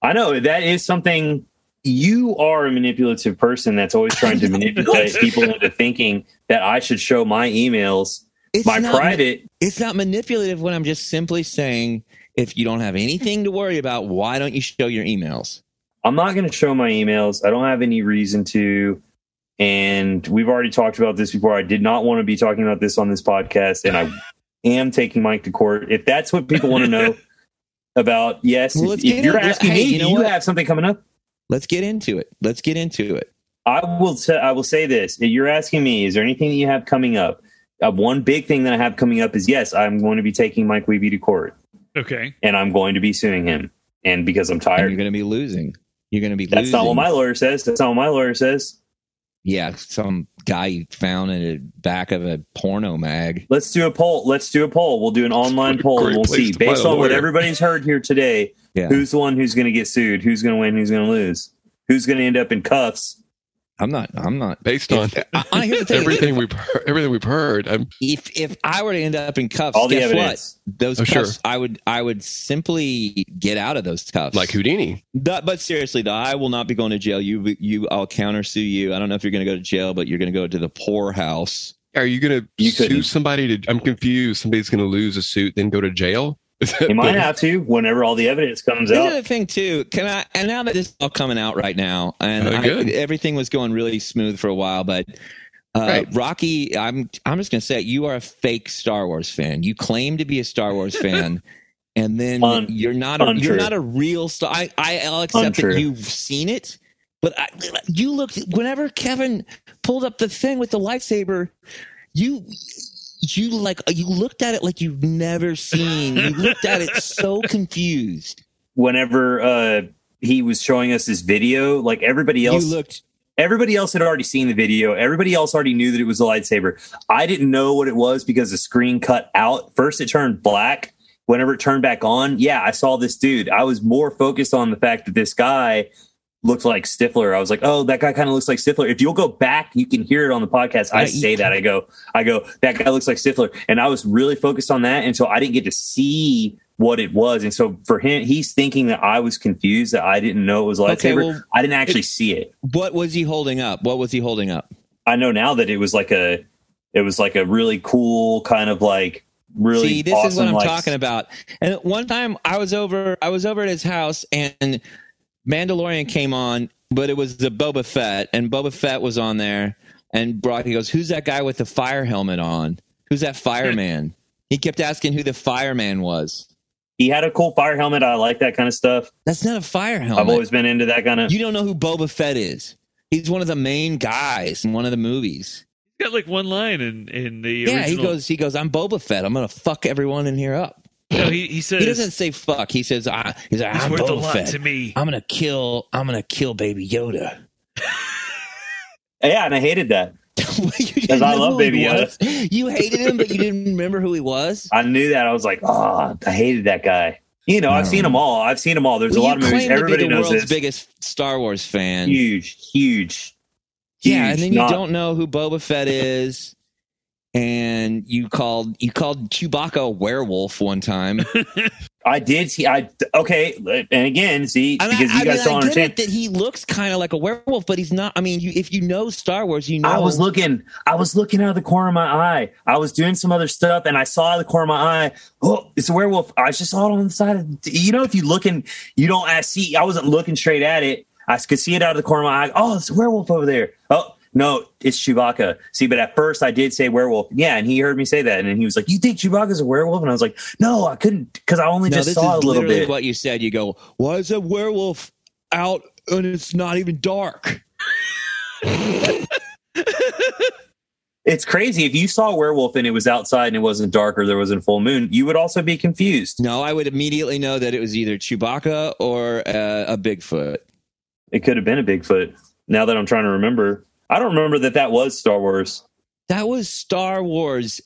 I know that is something. You are a manipulative person that's always trying to manipulate people into thinking that I should show my emails,
It's
my
not-
private.
It's not manipulative when I'm just simply saying if you don't have anything to worry about, why don't you show your emails?
I'm not going to show my emails. I don't have any reason to. And we've already talked about this before. I did not want to be talking about this on this podcast, and I am taking Mike to court. If that's what people want to know about, yes,
Well,
if,
let's
if
get
you're
it.
asking
Hey,
me,
you know
you
what?
have something coming up.
Let's get into it. Let's get into it.
I will. T- I will say this. You're asking me, is there anything that you have coming up? Uh, one big thing that I have coming up is yes, I'm going to be taking Mike Levy to court,
Okay.
and I'm going to be suing him. And because I'm
And you're
tired,
going to be losing. You're going to be
that's
losing.
not what my lawyer says. That's not what my lawyer says.
yeah, some guy found in the back of a porno mag.
Let's do a poll. Let's do a poll. We'll do an online
Great
poll. and We'll
place
see
to find
based
a
on what
lawyer.
everybody's heard here today.
Yeah.
Who's the one who's going to get sued? Who's going to win? Who's going to lose? Who's going to end up in cuffs?
I'm not. I'm not.
Based on
I, I hear the thing.
everything we've heard, everything we've heard, I'm
If if I were to end up in cuffs,
All the
guess
evidence.
what? Those
Oh, sure.
cuffs, I would I would simply get out of those cuffs.
like Houdini.
But, but seriously, though, I will not be going to jail. You you, I'll countersue you. I don't know if you're going to go to jail, but you're going to go to the poorhouse.
Are you going to
You
sue
couldn't.
somebody to? I'm confused. Somebody's going to lose a suit, then go to jail. Is that
You might
the-
have to whenever all the evidence comes
This is
out.
the thing too. Can I? And now that this is all coming out right now, and
Oh,
I-
good.
everything was going really smooth for a while, but uh,
Right.
Rocky, I'm I'm just going to say it, you are a fake Star Wars fan. You claim to be a Star Wars fan, and then
Un-
you're not a, you're
untrue.
not a real star. I, I I'll accept
Untrue.
that you've seen it. But I, you looked whenever Kevin pulled up the thing with the lightsaber, you you like you looked at it like you've never seen. You looked at it so confused.
whenever uh he was showing us this video like everybody else
You looked.
everybody else had already seen the video everybody else already knew that it was a lightsaber i didn't know what it was because the screen cut out first it turned black whenever it turned back on yeah i saw this dude i was more focused on the fact that this guy looked like stifler i was like oh that guy kind of looks like stifler if you'll go back you can hear it on the podcast i
Yeah, you-
say that i go i go that guy looks like stifler and i was really focused on that and so i didn't get to see what it was and so for him he's thinking that i was confused that i didn't know it was a lightsaber
Okay, well,
i didn't actually see it
what was he holding up? What was he holding up?
I know now that it was like a it was like a really cool kind of like really
See, this is what
awesome,
I'm
like-
talking about. And one time I was over, I was over at his house, and Mandalorian came on, but it was the Boba Fett, and Boba Fett was on there, and Brocky goes, "Who's that guy with the fire helmet on? Who's that fireman?" he kept asking who the fireman was.
He had a cool fire helmet. I like that kind of stuff.
That's not a fire helmet.
I've always been into that kind of.
Oh, you don't know who Boba Fett is. He's one of the main guys in one of the movies.
He's got like one line in in the
Yeah, he
original.
goes, he goes, I'm Boba Fett. I'm gonna fuck everyone in here up.
No, he, he says
He doesn't say fuck. He says, I, he's like,
he's
I'm
worth a
Boba
lot to
Fett.
me.
I'm gonna kill. I'm gonna kill Baby Yoda.
yeah, and I hated that.
You didn't
'Cause I
know
love
who he
Baby Yoda.
was? You hated him, but you didn't remember who he was.
I knew that. I was like, oh, I hated that guy. You know, I've
No.
seen them all. I've seen them all. There's
Well,
a lot
you
of
claim to
movies.
be
Everybody
the
knows
world's
this.
biggest Star Wars fan.
Huge, huge.
yeah,
huge,
and then you
not-
don't know who Boba Fett is, and you called you called Chewbacca a werewolf one time.
I did see. I okay, and again, see,
I mean,
because
I,
you
I
guys
mean,
don't
I get
understand.
it that he looks kind of like a werewolf, but he's not. I mean, you, if you know Star Wars, you know.
I was looking. I was looking out of the corner of my eye. I was doing some other stuff, and I saw out of the corner of my eye. Oh, it's a werewolf! I just saw it on the side of. You know, if you look and you don't I see. I wasn't looking straight at it. I could see it out of the corner of my eye. Oh, it's a werewolf over there. Oh no, it's Chewbacca. See, but at first I did say werewolf. Yeah, and he heard me say that, and then he was like, "You think Chewbacca's a werewolf?" And I was like, "No, I couldn't because I only
no,
just
this
saw
is
a little
literally
bit."
what you said. You go, why is that werewolf out and it's not even dark?
It's crazy. If you saw a werewolf and it was outside and it wasn't dark or there wasn't a full moon, you would also be confused.
No, I would immediately know that it was either Chewbacca or uh, a Bigfoot.
It could have been a Bigfoot. Now that I'm trying to remember, I don't remember that that was Star Wars.
That was Star Wars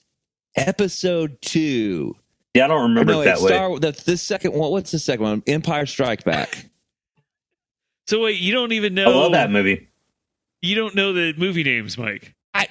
Episode Two.
Yeah, I don't remember
no,
it that
it's
way.
Star the, the second one. What's the second one? Empire Strike Back.
So wait, you don't even know
I love that movie.
you don't know the movie names, Mike.
I,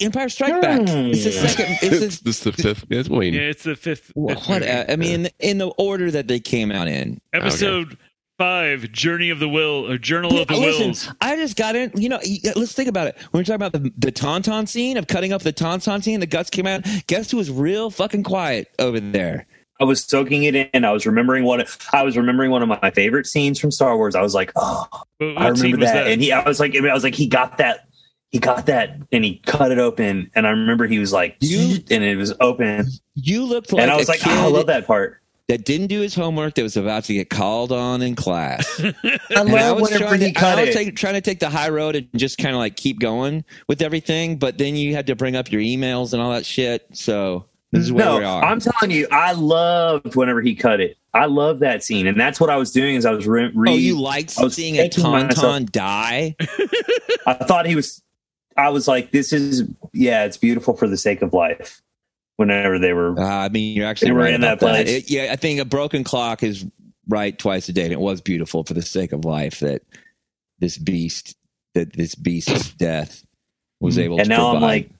Empire Strike Back. It's the
Hmm.
second.
This
It's the,
is the fifth. That's what we
Yeah,
need.
it's the fifth. fifth
what?
movie.
uh, I mean, in the order that they came out in.
episode five, Journey of the Will or Journal of the
Listen,
Wills.
I just got in. You know, y- let's think about it. When we're talking about the, the tauntaun scene of cutting up the tauntaun scene, the guts came out. Guess who was real fucking quiet over there?
I was soaking it in. I was remembering one. I was remembering one of my favorite scenes from Star Wars. I was like, oh,
What,
I
what scene
remember
was
that.
that?
And he, I was like, I was like, he got that. He got that, and he cut it open. And I remember he was like,
You-
and it was open.
You looked like
and I was
a
like,
kid
oh, I love that part.
that didn't do his homework that was about to get called on in class.
I
And
love whenever
trying
he
to,
cut
I was
it.
take- trying to take the high road and just kind of like keep going with everything, but then you had to bring up your emails and all that shit. So this is where
no,
we are.
I'm telling you, I loved whenever he cut it. I loved that scene, and that's what I was doing. Is I was re- re-
oh, you liked
I was
seeing a
taking myself-
tauntaun die?
I thought he was. I was like, this is yeah, it's beautiful for the sake of life. Whenever they were,
Uh, I mean, you're actually
They were
right
in
about
that
that.
place.
It- yeah, I think a broken clock is right twice a day, and it was beautiful for the sake of life that this beast, that this beast's death was able.
and
to
now I'm
provide.
like,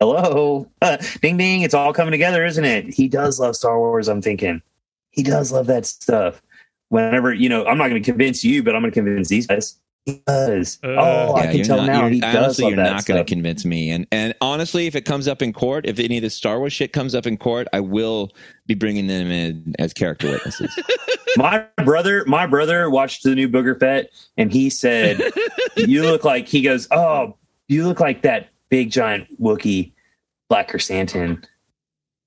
hello, ding ding, it's all coming together, isn't it? He does love Star Wars. I'm thinking he does love that stuff. Whenever you know, I'm not going to convince you, but I'm going to convince these guys. He does.
Uh,
oh, I can
you're
tell
not-
now.
you're-
He does
honestly,
love
you're
that
not going
stuff.
to convince me. And and honestly, if it comes up in court, if any of the Star Wars shit comes up in court, I will be bringing them in as character witnesses.
my brother my brother watched the new booger fett and he said you look like he goes oh you look like that big giant wookie blacker santin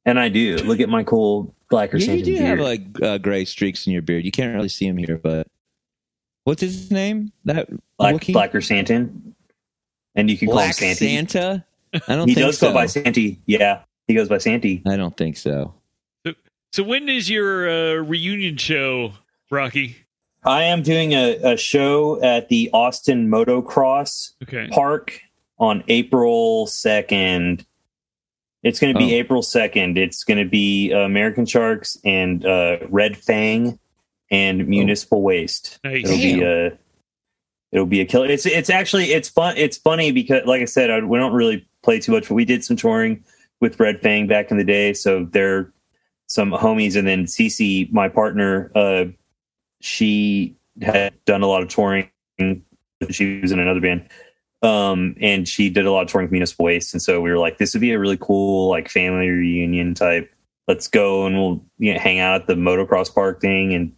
and i do look at my cool blacker
you, you
santin
do have
beard.
like uh, gray streaks in your beard. You can't really see him here, but what's his name? That
Black,
Wookiee?
blacker santin and you can call
Black
him santi
Santa. I don't
he
think
does
so.
go by santi yeah he goes by santi
I don't think so.
so when is your uh, reunion show, Rocky?
i am doing a, a show at the austin motocross
Okay.
Park on April 2nd. It's going to be
Oh.
April 2nd. It's going to be uh, American Sharks and uh, Red Fang and Municipal Waste.
Nice.
It'll be a it'll be a killer. It's it's actually it's fun it's funny because like I said I, we don't really play too much but we did some touring with Red Fang back in the day so they're some homies and then Cece my partner uh she had done a lot of touring she was in another band um and she did a lot of touring with municipal waste and so we were like this would be a really cool like family reunion type let's go and we'll you know, hang out at the motocross park thing and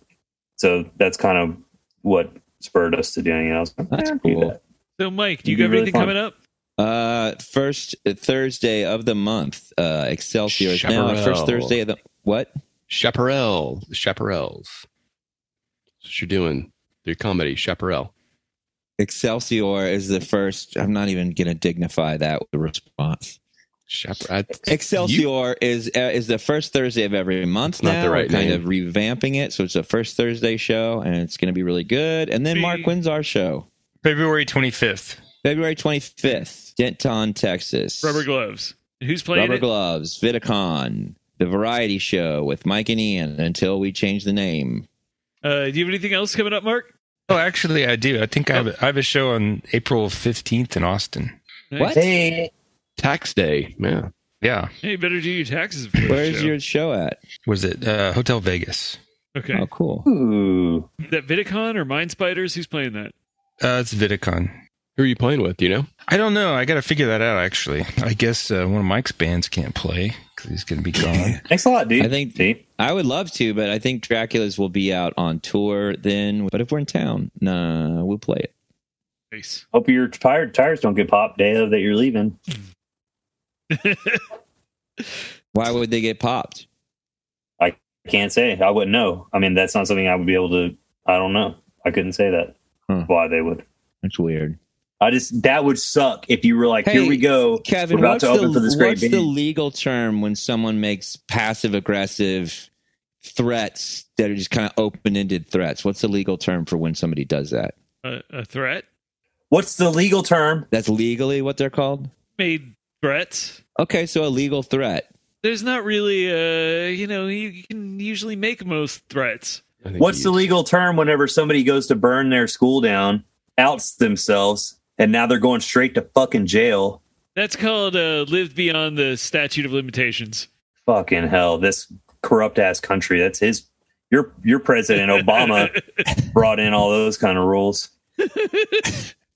so that's kind of what spurred us to doing it i was like
That's
"Eh, do
cool.
that."
So Mike, do you
It'd be
have
really
anything
fun.
coming up?
Uh, first Thursday of the month, uh, Excelsior is now our first
Chaparral.
Thursday of the what?
Chaparral, chaparrals. That's what you're doing. Your comedy, chaparral.
Excelsior is the first. I'm not even going to dignify that with a response.
Chapar- I-
Excelsior is uh, is the first Thursday of every month
not
now.
the
We're
right
kind
name.
of revamping it, so it's the first Thursday show, and it's going to be really good. And then Mark,
See.
when's our show?
February 25th.
February 25th, Denton, Texas.
Rubber gloves. And who's playing
Rubber
it?
Gloves, Vidicon, The Variety Show with Mike and Ian until we change the name.
uh, do you have anything else coming up, Mark?
Oh, actually, I do. I think I have, I have a show on April 15th in Austin.
What?
Hey,
Tax day. Yeah.
Yeah.
Hey, you better do your taxes. before the
Where's
show.
your show at?
Was it uh, Hotel Vegas?
okay?
Oh, cool.
ooh,
That Vidicon or Mind Spiders? Who's playing that?
Uh, it's Vidicon.
Who are you playing with? Do you know?
I don't know. I got to figure that out, actually. I guess uh, one of Mike's bands can't play because he's going to be gone.
thanks a lot, dude.
I think-
See?
I would love to, but I think Dracula's will be out on tour then. But if we're in town, nah, we'll play it.
Nice.
Hope your tired tires don't get popped day of that you're leaving.
Why would they get popped?
Can't say. I wouldn't know. I mean, that's not something I would be able to. I don't know. I couldn't say that.
Huh.
Why they would.
That's weird.
I just that would suck if you were like,
Hey,
here we go.
Kevin,
we're about
what's,
to
the,
open for this great
what's the
band.
legal term when someone makes passive aggressive threats that are just kind of open ended threats? What's the legal term for when somebody does that?
A, a threat
What's the legal term?
That's legally what they're called?
made threats.
Okay, so a legal threat.
There's not really uh you know you, you can usually make most threats.
I think
What's
he
the
is.
legal term whenever somebody goes to burn their school down, outs themselves, and now they're going straight to fucking jail?
That's called uh, lived beyond the statute of limitations.
Fucking hell, this corrupt ass country. That's his. Your your president Obama brought in all those kind of rules.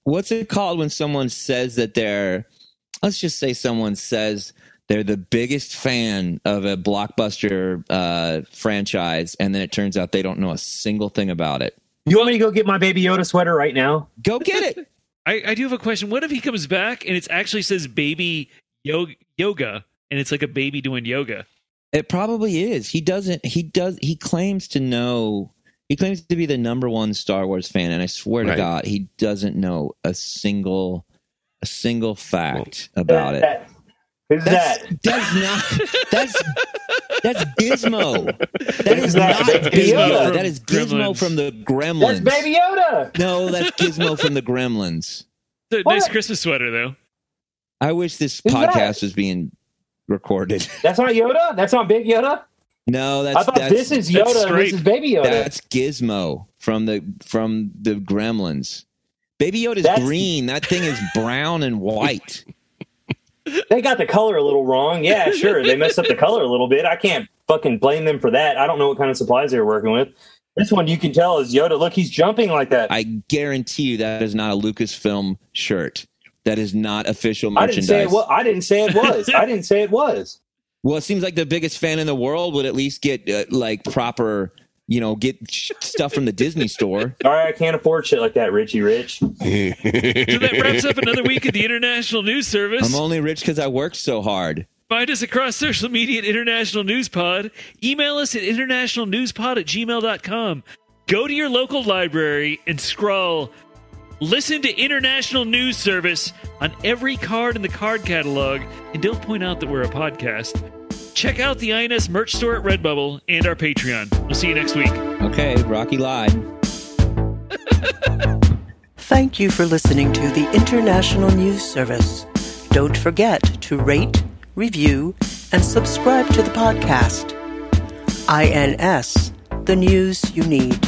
What's it called when someone says that they're, let's just say someone says they're the biggest fan of a blockbuster uh, franchise, and then it turns out they don't know a single thing about it?
You want me to go get my baby Yoda sweater right now?
Go get it.
I, I do have a question. What if he comes back and it actually says baby yoga, yoga and it's like a baby doing yoga?
It probably is. He doesn't. He does. He claims to know. He claims to be the number one Star Wars fan, and I swear to
Right.
God, he doesn't know a single, a single fact about it.
Who's
That's,
that?
that's not. That's that's Gizmo. That is
Who's that?
not
That's
Gizmo.
Gizmo
That is
from
Gizmo
Gremlins.
from the Gremlins.
Yoda.
No, that's Gizmo from the Gremlins.
It's a
What?
nice Christmas sweater though.
I wish this
Who's that?
podcast was being recorded.
That's not Yoda. That's not Big Yoda.
No, that's that's,
is
Yoda and this straight. is
Baby
That's Gizmo from the from the Gremlins. Baby Yoda's
That's-
green. That thing is brown and white.
They got the color a little wrong. Yeah, sure. They messed up the color a little bit. I can't fucking blame them for that. I don't know what kind of supplies they were working with. This one you can tell is Yoda. Look, he's jumping like that. I,
I guarantee you that is not a Lucasfilm shirt. That is not official
didn't
merchandise.
say it was. I didn't say it was. I didn't say it was.
well, it seems like the biggest fan in the world would at least get uh, like proper, you know, get sh- stuff from the Disney store.
All right, I can't afford shit like that, Richie Rich.
So that wraps up another week of the International News Service.
I'm only rich because I worked so hard.
Find us across social media at International News Pod. Email us at internationalnewspod at gmail.com. Go to your local library and scroll. Listen to International News Service on every card in the card catalog. And don't point out that we're a podcast. Check out the INS merch store at Redbubble and our Patreon. We'll see you next week.
Okay, Rocky lied.
Thank you for listening to the International News Service. Don't forget to rate, review, and subscribe to the podcast. INS, the news you need.